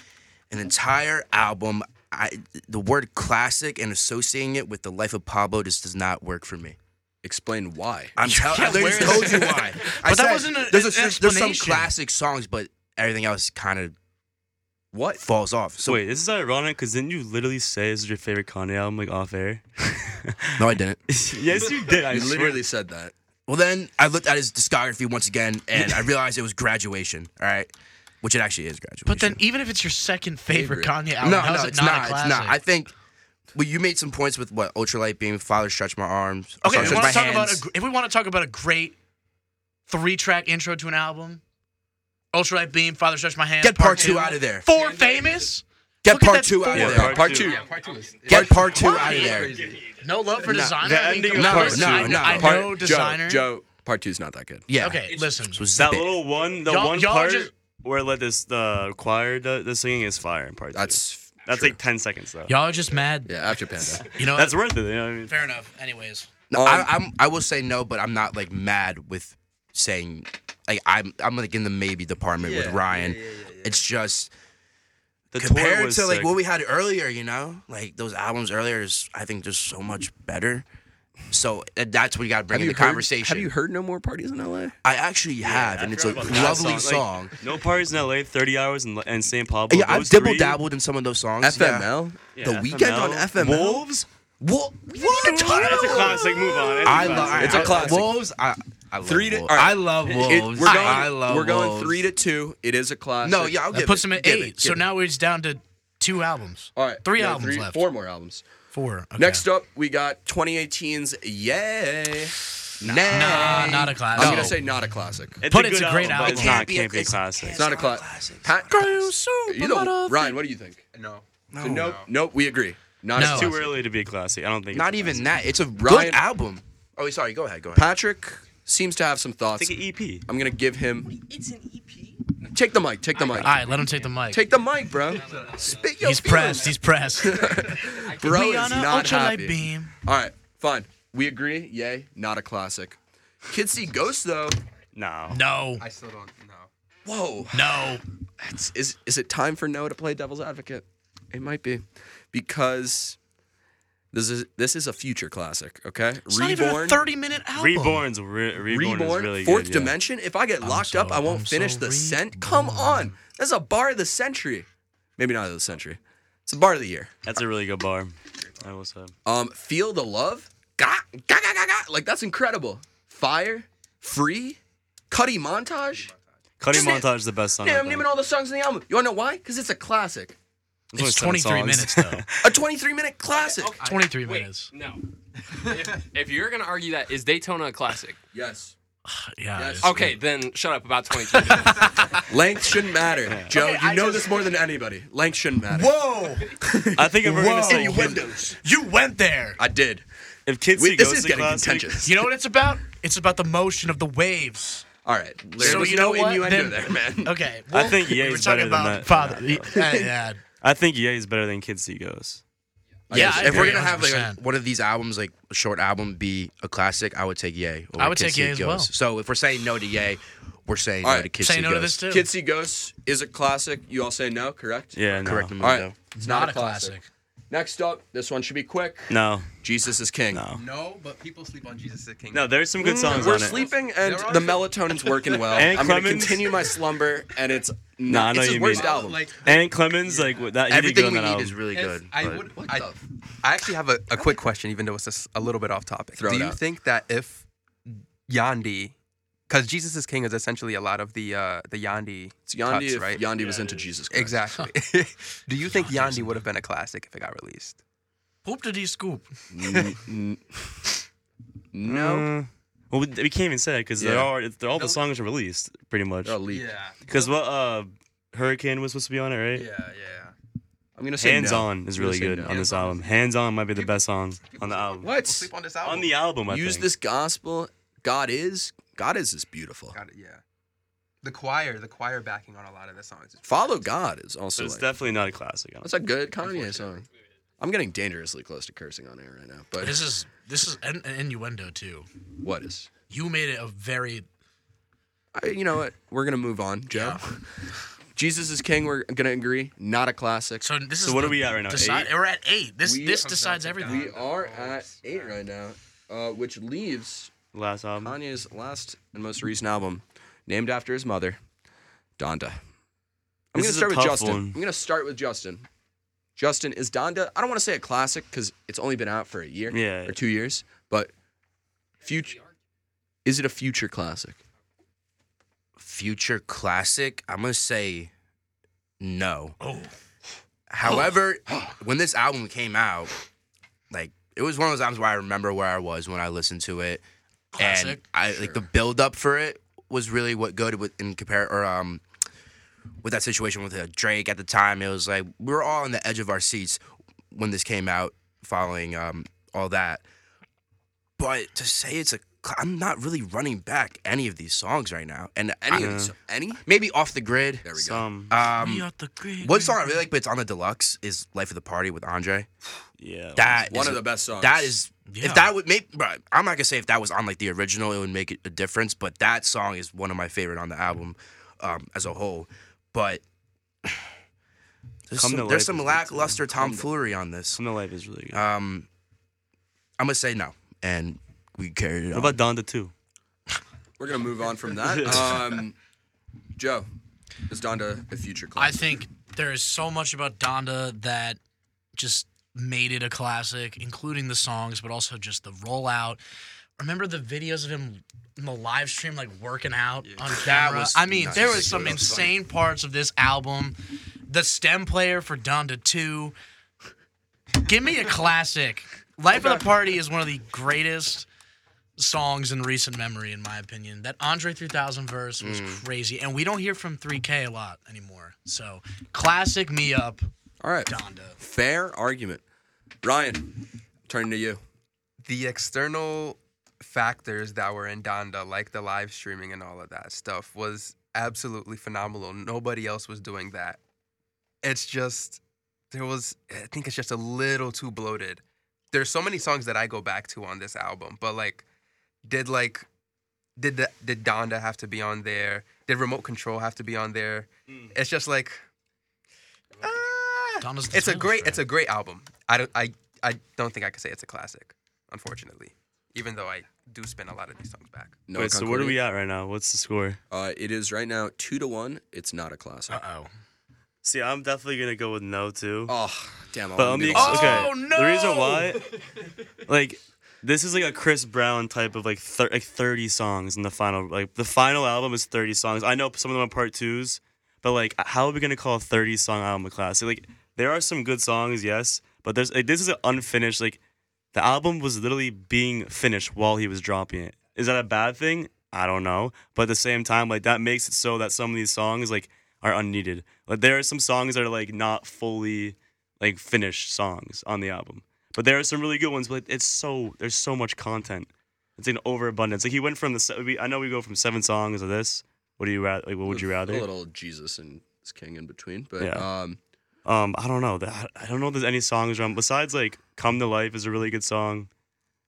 S5: an entire album, I, the word classic and associating it with the life of Pablo just does not work for me.
S1: Explain why.
S5: I'm telling I literally
S2: where is
S5: told
S2: it?
S5: you
S2: [laughs]
S5: why. I
S2: But that
S5: said
S2: wasn't a-
S5: there's,
S2: an
S5: there's some
S2: explanation.
S5: classic songs, but everything else kind of
S1: What?
S5: falls off. So
S3: Wait, this is ironic because didn't you literally say this is your favorite Kanye album like off air? [laughs]
S5: no, I didn't.
S3: yes, you did. I
S1: You
S3: swear.
S1: literally said that.
S5: [laughs] Well, then I looked at his discography once again, and I realized it was graduation. All right, which it actually is graduation.
S2: But then, even if it's your second favorite Kanye album,
S5: no,
S2: how's
S5: no,
S2: it
S5: it's
S2: not,
S5: not.
S2: a
S5: It's
S2: classic?
S5: not. I think. Well, you made some points with what ultralight beam, father stretch my arms.
S2: Okay,
S5: sorry,
S2: if we, want
S5: stretch my
S2: to talk about
S5: hands.
S2: a, gr- if we want to talk about a great three-track intro to an album, Ultralight Beam, Father Stretch My Hand,
S5: Get part two out of there.
S2: Four famous,
S5: Get
S2: Look at
S5: part
S2: that-
S5: two out
S3: Yeah,
S5: of there.
S3: part
S1: Part
S3: two.
S1: two.
S3: Yeah,
S6: part two is
S5: Get part two out of there.
S2: No love for designer.
S3: the
S2: I mean,
S3: ending of
S2: come on,
S5: part
S2: listen,
S5: two,
S2: I know,
S5: no.
S2: I
S1: Part-
S2: know designer.
S1: Joe, Joe, part two's not that good.
S5: Yeah.
S2: Okay, listen.
S5: So zip
S3: That
S5: it.
S3: little one, the
S2: Y'all-
S3: one
S2: y'all
S3: part
S2: just-
S3: where let this the choir the, the singing is fire in part. two.
S1: That's
S3: that's
S1: true.
S3: like ten seconds though.
S2: Y'all are just mad.
S1: yeah after Panda.
S2: You know.
S3: That's worth it. You know what I mean?
S2: fair enough. Anyways,
S5: No, I,
S1: Um,
S5: I'm. I will say no, but I'm not like mad with saying like I'm. I'm like in the maybe department with Ryan. It's just
S3: The tour
S5: compared
S3: was
S5: to like
S3: sick.
S5: what we had earlier. You know, like those albums earlier is I think just so much better. So uh, that's what you got to bring in the
S1: heard,
S5: conversation.
S1: Have you heard no more parties in LA?
S5: I actually have, and it's a lovely
S3: Like,
S5: song.
S3: no parties in L.A. Thirty hours in, and St. Pablo.
S5: yeah, I've
S3: Those
S5: dibble
S3: three-
S5: dabbled in some of those songs. Yeah.
S1: FML.
S3: Yeah,
S5: The weekend on FML.
S3: Wolves.
S5: What? What?
S3: That's a classic. Move on. That's a
S5: I
S3: classic.
S5: love.
S1: It's a classic.
S5: Wolves. I. I love
S1: Three to-
S5: Wolves.
S1: all right.
S5: I love wolves.
S1: It- we're going.
S5: I love
S1: we're going
S5: Wolves.
S1: three to two. It is a classic.
S5: No, yeah, I'll
S2: that
S5: give
S2: puts
S5: it.
S2: him at
S5: give
S2: eight.
S5: it,
S2: so
S5: give it.
S2: now we're just down to two albums.
S1: All right.
S2: Three
S1: we have
S2: albums left.
S1: Four more albums.
S2: Four. Okay.
S1: Next up, we got 2018's Yay.
S2: Nah, not a classic.
S1: I'm gonna say not a classic.
S3: It's
S2: But
S3: a
S2: it's
S3: good
S2: a great
S3: album, but It's
S2: album.
S3: not can't be a classic.
S1: It's not a cla-
S5: classic.
S1: Pat, you know, Ryan, what do you think?
S6: no.
S5: No,
S1: Nope. Nope. We agree. Not
S2: No.
S1: a
S3: Too
S1: classic.
S3: early to be a classic. I don't think.
S5: Not
S3: it's a
S5: even
S3: classic.
S5: that. It's a
S1: Ryan-
S5: good album. Oh, sorry. Go ahead. Go ahead.
S1: Patrick seems to have some
S3: I
S1: thoughts.
S3: think an E EP.
S1: I'm gonna give him. It's
S2: E
S1: an EP. Take the mic. Take the mic.
S2: Oh. All right, let him take the mic.
S1: Take the mic, bro. Spit your feelings.
S2: He's pressed. He's pressed.
S1: [laughs] Bro
S2: We
S1: is
S2: on a
S1: not
S2: ultralight
S1: happy.
S2: beam.
S1: All right, fine. We agree. Yay. Not a classic. Kids see ghosts though.
S3: No.
S2: No,
S6: I still don't know.
S1: Whoa.
S2: no.
S1: That's, is is it time for Noah to play devil's advocate? It might be, because this is this is a future classic. Okay.
S2: It's not even a
S1: Reborn.
S2: thirty-minute album.
S3: Reborn's re- reborn, is
S1: Reborn,
S3: really
S1: fourth
S3: good, yeah.
S1: dimension. If I get locked up,
S2: so-
S1: I won't
S2: I'm
S1: finish
S2: so
S1: the scent. Come on, that's a bar of the century. Maybe not of the century. It's a bar of the year.
S3: That's a really good bar. I will say.
S1: Um, feel the love. Ga, ga, ga, ga, ga. Like that's incredible. Fire, free, Cuddy montage.
S3: Cutting
S1: Just name-
S3: montage is the best song.
S1: Yeah,
S3: I
S1: I'm
S3: think.
S1: naming all the songs in the album. You wanna know why? Because it's a classic.
S3: There's only
S2: It's
S3: seven
S2: 23
S3: songs.
S2: minutes, though. [laughs]
S1: A 23 minute classic.
S2: Twenty-three minutes.
S8: No. if, if you're gonna argue that, is Daytona a classic?
S1: Yes.
S2: Yeah.
S1: Yes.
S2: it's-
S8: Okay, then shut up about 22
S1: [laughs]
S8: minutes.
S1: Length shouldn't matter, Joe. you know this more than anybody. Length shouldn't matter.
S5: Whoa!
S3: I think if we're gonna say
S1: Innuendos.
S2: You went there.
S1: I did.
S3: if kids
S1: We-
S3: see
S1: this
S3: Ghost
S1: is
S3: in
S1: getting
S3: classic,
S1: contentious.
S2: You know what it's about? It's about the motion of the waves.
S1: All right. There
S2: So
S1: was
S2: you
S1: no
S2: know what?
S1: innuendo
S2: Then- Oh,
S1: there, man.
S2: Okay.
S3: I think
S2: we
S3: Ye
S2: were
S3: is
S2: talking
S3: better than
S2: about
S3: that.
S2: father. [laughs] yeah, yeah.
S3: I think Ye is better than Kids See Ghosts.
S2: Yeah,
S5: if we're
S2: agree,
S5: gonna have like a,
S2: 100%.
S5: one of these albums, like a short album, be a classic, I would take Yay. over
S2: I would take
S5: Kids See
S2: Ye as
S5: Ghosts.
S2: well.
S5: So if we're saying no to Yay, we're saying
S1: All
S5: no
S1: right,
S5: to Kids
S2: say
S5: See
S2: no to this
S5: Ghosts.
S2: too.
S1: Kids See Ghosts is a classic. You all say no, correct?
S3: Yeah, no.
S5: Correct
S3: no.
S5: me,
S1: All right.
S5: though.
S1: It's not, a classic. Next up, this one should be quick.
S3: No,
S1: Jesus is King.
S3: no,
S6: No, but people sleep on Jesus the King.
S3: no. There's some good songs
S1: Mm, We're
S3: on it.
S1: sleeping and
S6: There are
S1: the
S6: some-
S1: melatonin's [laughs] working well.
S3: And
S1: I'm going to
S3: Clemens.
S1: continue my slumber, and [laughs] it's
S3: No, I
S1: not
S3: know
S1: it's his
S3: you
S1: worst
S3: mean.
S1: album.
S6: Like
S3: And Clemens, like with that, he did good
S5: Everything
S3: on
S5: we
S3: that
S5: need
S3: album.
S5: is really
S6: if
S5: good.
S6: I
S5: but-
S6: would. I, I actually have a, a quick question, even though it's a, s- a little bit off topic.
S1: Throw
S6: Do
S1: it
S6: you
S1: out.
S6: think that if Yandi, because Jesus is King is essentially a lot of the uh, the Yandi,
S1: It's Yandi
S6: cuts,
S1: if
S6: right?
S1: Yandi was into Jesus Christ.
S6: exactly.
S1: [laughs]
S6: [laughs] Do you think Yandi would have been a classic if it got released?
S2: Poop to scoop.
S6: [laughs]
S1: N- n- no.
S3: Mm. Well, we, we can't even say that because there
S1: Yeah.
S3: are they're- all the songs are released pretty much.
S1: They're a leak.
S3: Because what uh, Hurricane was supposed to be on it, right?
S6: yeah.
S1: I'm going to say
S3: Hands
S1: no.
S3: On is
S1: I'm gonna
S3: really
S1: say
S3: good
S1: no.
S3: on this album. Hands On might be the best song on the album.
S1: What?
S6: Sleep on this album.
S3: On the album, I
S1: Use
S3: think.
S1: this gospel. God is. God is is beautiful.
S6: Got it, yeah. The choir, the choir backing on a lot of the songs. is-
S1: Follow God is
S3: So
S1: also.
S3: it's
S1: like-
S3: definitely not a classic.
S1: that's a good Kanye song. I'm getting dangerously close to cursing on air right now. But
S2: This is this is an, an innuendo too.
S1: what is?
S2: You made it a very
S1: I, you know what? We're gonna move on, Joe. [laughs] Jesus is King. We're gonna agree. Not a classic.
S2: so. This is
S3: what
S2: the
S3: are we at right now,
S2: decide-
S3: eight?
S2: We're at eight. This
S1: We-
S2: this decides everything.
S1: we are at eight right now, uh, which leaves
S3: Last album.
S1: Kanye's last and most recent album, named after his mother, Donda. I'm gonna
S3: This is a
S1: start with
S3: tough
S1: Justin.
S3: one.
S1: I'm gonna start with Justin. Justin is Donda. I don't want to say a classic because it's only been out for a year
S3: Yeah.
S1: or two years, but future. Is it a future classic?
S5: future classic, I'm gonna say no. [gasps] However, when this album came out, like it was one of those albums where I remember where I was when I listened to it, and
S2: Classic,
S5: I like the build up for it was really what good with in compare or um with that situation with uh, Drake at the time, it was like we were all on the edge of our seats when this came out, following um, all that. But to say it's a, cl- I'm not really running back any of these songs right now, and
S1: Any
S5: any,
S1: of these, any?
S5: maybe off the grid.
S1: Uh-huh. There we go. Ah,
S3: Some.
S5: Um,
S2: the grid.
S5: one song I really like, but it's on the deluxe, is "Life of the Party" with Andre.
S3: Yeah.
S5: That
S1: One
S5: is-
S1: of the best songs.
S5: That is
S2: Yeah.
S5: if that would make. bruh, I'm not gonna say if that was on like the original, it would make it a difference. But that song is one of my favorite on the album um, as a whole. But [sighs] there's
S3: Come to
S5: some,
S3: Life
S5: there's some
S3: is good, too.
S5: lackluster tomfoolery on this.
S3: Some of life is really good.
S5: Um, I'm gonna say no, and we carried it.
S3: what
S5: on.
S3: about Donda too?
S1: We're gonna move on
S3: [laughs]
S1: from that. Um, Joe, is Donda a future
S2: I
S1: class?
S2: think there is so much about Donda that just made it a classic, including the songs, but also just the rollout. Remember the videos of him in the live stream, like working out on camera.
S5: was
S2: I mean, there was
S5: nuts.
S2: some
S5: That was
S2: insane parts of this album. The stem player for Donda Two. Give me a classic. Life of the Party is one of the greatest songs in recent memory, in my opinion. That Andre 3000 verse was
S5: Mm.
S2: crazy, and we don't hear from 3K a lot anymore. So, classic me up,
S1: All right.
S2: Donda.
S1: Fair argument. Ryan, turning to you.
S6: the external factors that were in Donda, like the live streaming and all of that stuff, was absolutely phenomenal. Nobody else was doing that. It's just there was I think it's just a little too bloated. There's so many songs that I go back to on this album, but like did like did the did Donda have to be on there? Did remote control have to be on there? It's just like ah
S2: Donda's the
S6: it's a
S2: title
S6: great
S2: track.
S6: it's a great album. I don't I I don't think I could say it's a classic, unfortunately. Even though I do spin a lot of these songs back.
S1: No
S3: Wait, so where are we at right now? What's the score?
S1: Uh, it is right now two to one. It's not a
S3: [gasps]
S1: classic.
S2: Uh-oh.
S3: See, I'm definitely gonna go with no too.
S1: Oh, damn! I wanna
S3: But let
S1: do
S3: me
S1: the-
S3: ex- okay.
S2: Oh, no!
S3: The reason why, like, this is like a Chris Brown type of like thir- like thirty songs in the final. Like the final album is thirty songs. I know some of them are part twos, but like, how are we gonna call a thirty song album a classic? Like, there are some good songs, yes, but there's like, this is an unfinished. Like, the album was literally being finished while he was dropping it. Is that a bad thing? I don't know. But at the same time, like that makes it so that some of these songs like are unneeded. Like there are some songs that are like not fully like finished songs on the album. But there are some really good ones, but it's so there's so much content. It's an overabundance. Like he went from the se- we, I know we go from seven songs to this. What do you rather? Like, what would you rather?
S1: A little Jesus and his King in between, but
S3: Yeah.
S1: um,
S3: Um, I don't know. That I don't know if there's any songs around besides like "Come to Life" is a really good song.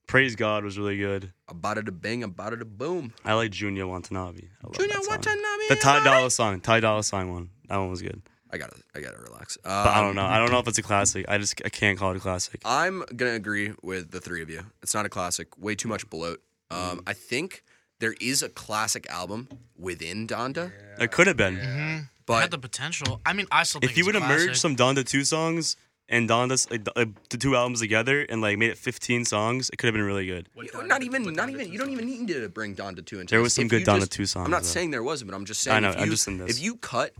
S3: "Praise God" was really good.
S1: about it a bang, about it a boom.
S3: I like Junior Watanabe. I love
S1: Junior
S3: that song.
S1: Watanabe,
S3: The Ty Dolla song, Ty Dolla Sign one. That one was good.
S1: I gotta, I gotta relax. Um,
S3: But I don't know. I don't know if it's a classic. I just I can't call it a classic.
S1: I'm gonna agree with the three of you. It's not a classic. Way too much bloat.
S3: Mm-hmm.
S1: Um, I think there is a classic album within Donda,
S3: It could have been.
S1: but
S2: Had the potential. I mean, I still think
S3: If
S2: it's a
S3: you would have
S2: classic.
S3: merged some Donda two songs and Donda's like, the- uh, the two albums together and like made it 15 songs, it could have been really good.
S1: You- not even, not even. You don't even need to bring Donda two into.
S3: There
S1: this.
S3: was some
S1: If
S3: good
S1: you
S3: Donda
S1: just-
S3: 2 songs,
S1: I'm not
S3: though.
S1: saying there wasn't, but I'm just saying.
S3: know,
S1: If you,
S3: I'm just in this.
S1: If you cut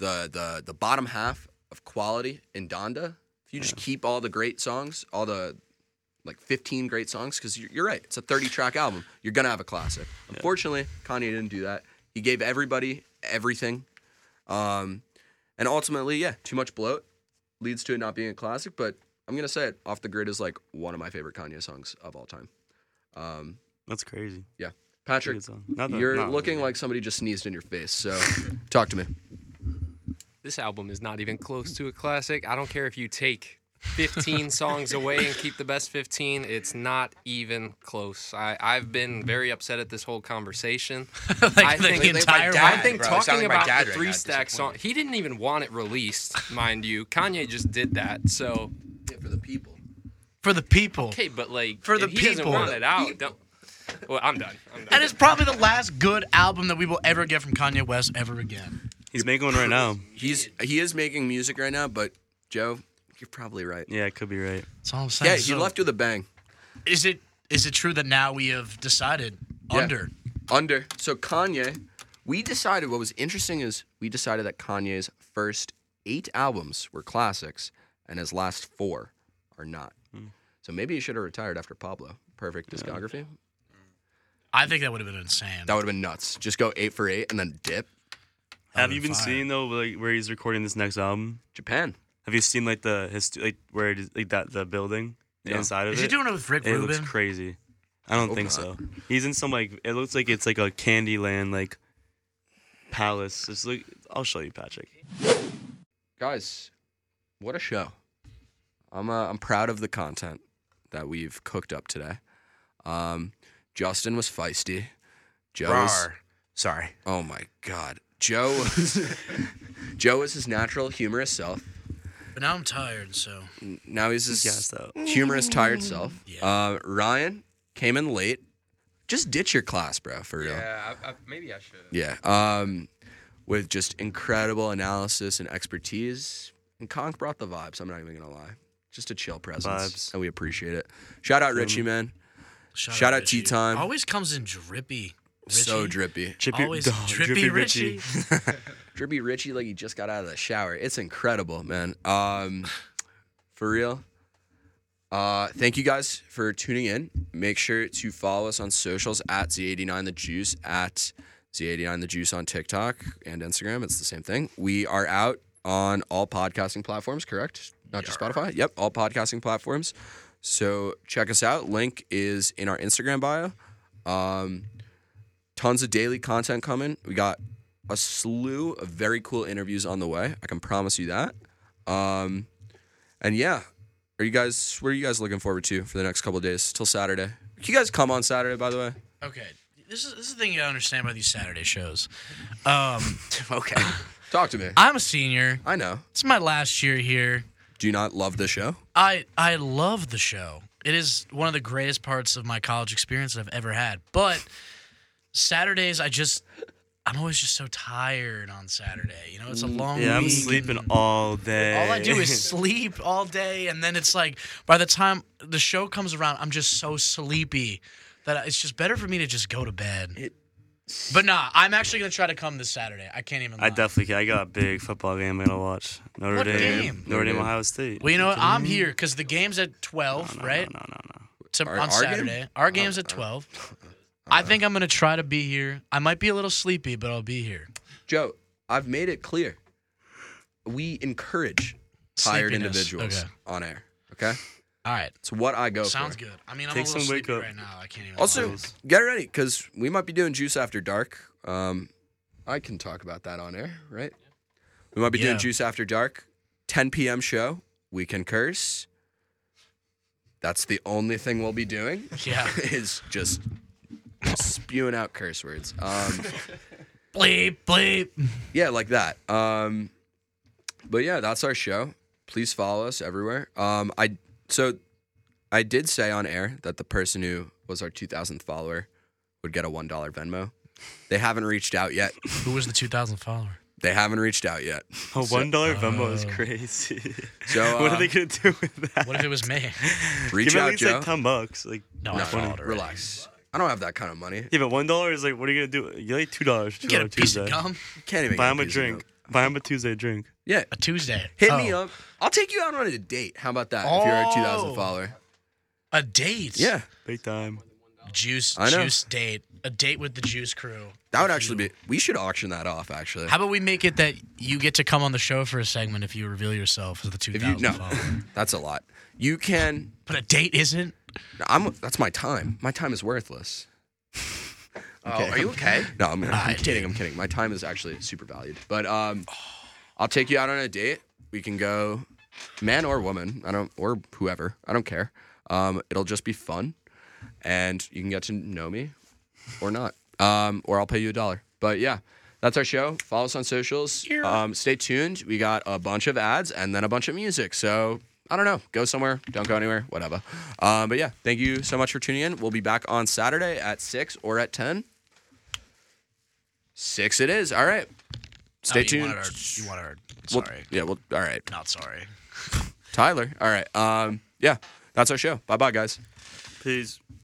S1: the the the bottom half of quality in Donda, if you just keep all the great songs, all the like 15 great songs, because you're, you're right, it's a 30 track album. You're gonna have a classic. Unfortunately, Kanye didn't do that. He gave everybody everything, um, and ultimately, yeah, too much bloat leads to it not being a classic. But I'm gonna say it. Off the Grid is like one of my favorite Kanye songs of all time. Um,
S3: That's crazy.
S1: yeah.
S3: Pretty
S1: Patrick,
S3: good song. Not that-
S1: you're
S3: not
S1: looking
S3: really.
S1: like somebody just sneezed in your face. So [laughs] talk to me.
S8: This album is not even close to a classic. I don't care if you take 15 songs away and keep the best 15. It's not even close. I, I've been very upset at this whole conversation.
S2: [laughs] like
S8: I
S2: the
S8: think- like my
S2: entire
S5: [laughs]
S8: I
S5: dad,
S8: think
S5: bro. It
S8: talking
S5: sounded like my
S8: about
S5: dad
S8: the
S5: right
S8: three
S5: now,
S8: stack song,
S5: disappointed.
S8: he didn't even want it released, mind you. Kanye just did that. So,
S1: for the people.
S2: for the people.
S8: okay, but like,
S2: For the
S8: if he doesn't
S2: people.
S8: want
S2: For
S8: it out. Don't, well, I'm done. I'm done.
S2: That is probably the last good album that we will ever get from Kanye West ever again.
S3: He's making one right now. [laughs]
S1: He's he is making music right now, but Joe, you're probably right.
S3: Yeah, it could be right.
S2: That's all I'm saying.
S1: Yeah, he
S2: So,
S1: left with a bang.
S2: Is it is it true that now we have decided
S1: Yeah.
S2: under?
S1: Under. So Kanye, we decided what was interesting is we decided that Kanye's first eight albums were classics and his last four are not.
S3: Hmm.
S1: So maybe he should have retired after Pablo. Perfect discography.
S2: I think that would have been insane.
S1: That would have been nuts. Just go eight for eight and then dip.
S3: Have you been
S2: fire.
S3: seeing though, like where he's recording this next album?
S1: Japan.
S3: Have you seen like the his like where it is, like that the building, the
S1: No.
S3: inside of
S2: Is
S3: it?
S2: he doing it with Rick
S3: It looks
S2: Rubin?
S3: crazy. I don't
S1: Hope
S3: think
S1: not.
S3: so. He's in some like it looks like it's like a Candyland like palace. It's like I'll show you, Patrick.
S1: Guys, what a show. I'm uh, I'm proud of the content that we've cooked up today. Um, Justin was feisty. Joe was
S5: Rawr. Sorry.
S1: Oh my god. Joe was Joe was his natural humorous self.
S2: But now I'm tired, so
S1: Now he's his
S3: Yes, though.
S1: humorous tired self.
S2: Yeah.
S1: Uh, Ryan came in late. Just ditch your class, bro, for real.
S6: Yeah, Uh, I, I, maybe I should.
S1: Yeah. Um, with just incredible analysis and expertise. And Conk brought the vibes. I'm not even going to lie. Just a chill presence.
S3: Vibes.
S1: And we appreciate it. Shout out Richie, man.
S2: shout,
S1: Shout out
S2: Richie.
S1: T-Time.
S2: Always comes in drippy. Richie.
S1: So drippy.
S3: Chippy,
S2: Always
S3: dog,
S2: drippy Richie.
S1: Drippy Richie, like he just got out of the shower. It's incredible, man. Um, [laughs] for real. Uh, thank you guys for tuning in. Make sure to follow us on socials at Z89 The Juice, at Z89 The Juice on TikTok and Instagram. It's the same thing. We are out on all podcasting platforms, correct? Not just Spotify. Yep, all podcasting platforms. So check us out. Link is in our Instagram bio. Um, tons of daily content coming. We got a slew of very cool interviews on the way. I can promise you that. Um, and yeah, are you guys? What are you guys looking forward to for the next couple of days till Saturday? Can you guys come on Saturday, by the way?
S2: Okay. This is, this is the thing you gotta understand about these Saturday shows. Um,
S1: Okay. Talk to me.
S2: I'm a senior.
S1: I know.
S2: It's my last year here.
S1: Do you not love this show?
S2: I I love the show. It is one of the greatest parts of my college experience I've ever had. But Saturdays, I just I'm always just so tired on Saturday. You know, it's a long
S3: Mm, Yeah, I'm
S2: week
S3: sleeping
S2: and
S3: all day.
S2: All I do
S3: [laughs]
S2: is sleep all day, and then it's like by the time the show comes around, I'm just so sleepy that I- it's just better for me to just go to bed. but nah, I'm actually gonna try to come this Saturday. I can't even.
S3: I
S2: lie.
S3: definitely can. I got a big football game I gotta watch. Notre
S2: What
S3: Dame,
S2: game?
S3: Notre Dame,
S1: Notre Dame.
S3: Ohio State.
S2: Well, you know what? I'm here because the game's at 12, right?
S3: No, no, no.
S2: To,
S1: Our-
S2: on
S1: our game?
S2: Saturday. Our game's
S1: uh,
S2: at 12.
S1: [laughs]
S2: I think I'm going to try to be here. I might be a little sleepy, but I'll be here.
S1: Joe, I've made it clear. We encourage tired
S2: Sleepiness.
S1: individuals
S2: Okay.
S1: on air. Okay,
S2: All right.
S1: it's what I go
S2: Sounds
S1: for.
S2: good. I mean, I'm
S3: Take
S2: a little
S3: some wake
S2: sleepy
S3: up.
S2: right now. I can't even.
S1: Also,
S2: lie.
S1: get ready because we might be doing Juice After Dark. Um, I can talk about that on air, right? We might be
S2: Yeah.
S1: doing Juice After Dark, 10 p.m. show. We can curse. That's the only thing we'll be doing. [laughs]
S2: Yeah.
S1: is just spewing out curse words. Um,
S2: bleep, bleep.
S1: yeah, like that. Um, but yeah, that's our show. Please follow us everywhere. Um, I so I did say on air that the person who was our 2000th follower would get a one dollar Venmo. They haven't reached out yet.
S2: Who was the 2,000 follower?
S1: They haven't reached out
S3: [laughs]
S1: yet.
S3: A one dollar Venmo is
S2: Oh.
S3: crazy.
S1: So uh,
S3: [laughs] what are they gonna do with that?
S2: What if it was
S1: [laughs]
S2: me?
S1: reach
S3: Give me at
S1: out,
S3: least
S1: Joe.
S3: like ten bucks. Like
S2: No, I
S1: no, no,
S2: followed her.
S1: relax. I don't have that kind of money.
S3: yeah, but one dollar is like what are you gonna do? You like two dollars. Two
S2: Get a
S3: dollar
S2: piece
S3: Tuesday.
S2: of gum.
S1: Can't even
S3: Buy
S1: get
S3: him a
S1: these in
S3: drink.
S1: the-
S3: Buy him a Tuesday drink.
S1: Yeah,
S2: A Tuesday.
S1: hit
S2: Oh,
S1: me up. I'll take you out on a date. How about that? If you're a 2000
S2: Oh.
S1: follower.
S2: A date.
S1: Yeah,
S3: Big time.
S2: Juice,
S1: I know.
S2: juice date. A date with the juice crew.
S1: that would
S2: If
S1: actually
S2: you-
S1: be. We should auction that off. Actually.
S2: How about we make it that you get to come on the show for a segment if you reveal yourself as the
S1: If you
S2: 2000
S1: no,
S2: follower?
S1: that's a lot. You can.
S2: But a date isn't.
S1: I'm. That's my time. My time is [laughs] worthless.
S5: Oh, are you okay?
S1: No, I'm, I'm kidding. I'm kidding. My time is actually super valued. But [sighs] um, I'll take you out on a date. We can go, man or woman. I don't or whoever. I don't care. Um, it'll just be fun, and you can get to know me, or not. Um, or I'll pay you a dollar. But yeah. That's our show. Follow us on socials. Um, stay tuned. We got a bunch of ads and then a bunch of music. So I don't know. Go somewhere. Don't go anywhere. Whatever. Um, but yeah, thank you so much for tuning in. We'll be back on Saturday at six or at ten. Six it is. All right. Stay
S2: Oh, You
S1: tuned.
S2: wanted our, you wanted our,
S1: We'll-
S2: sorry,
S1: yeah, well, all right.
S2: not sorry.
S1: Tyler. All right. Um, yeah, that's our show. Bye bye, guys.
S3: Peace.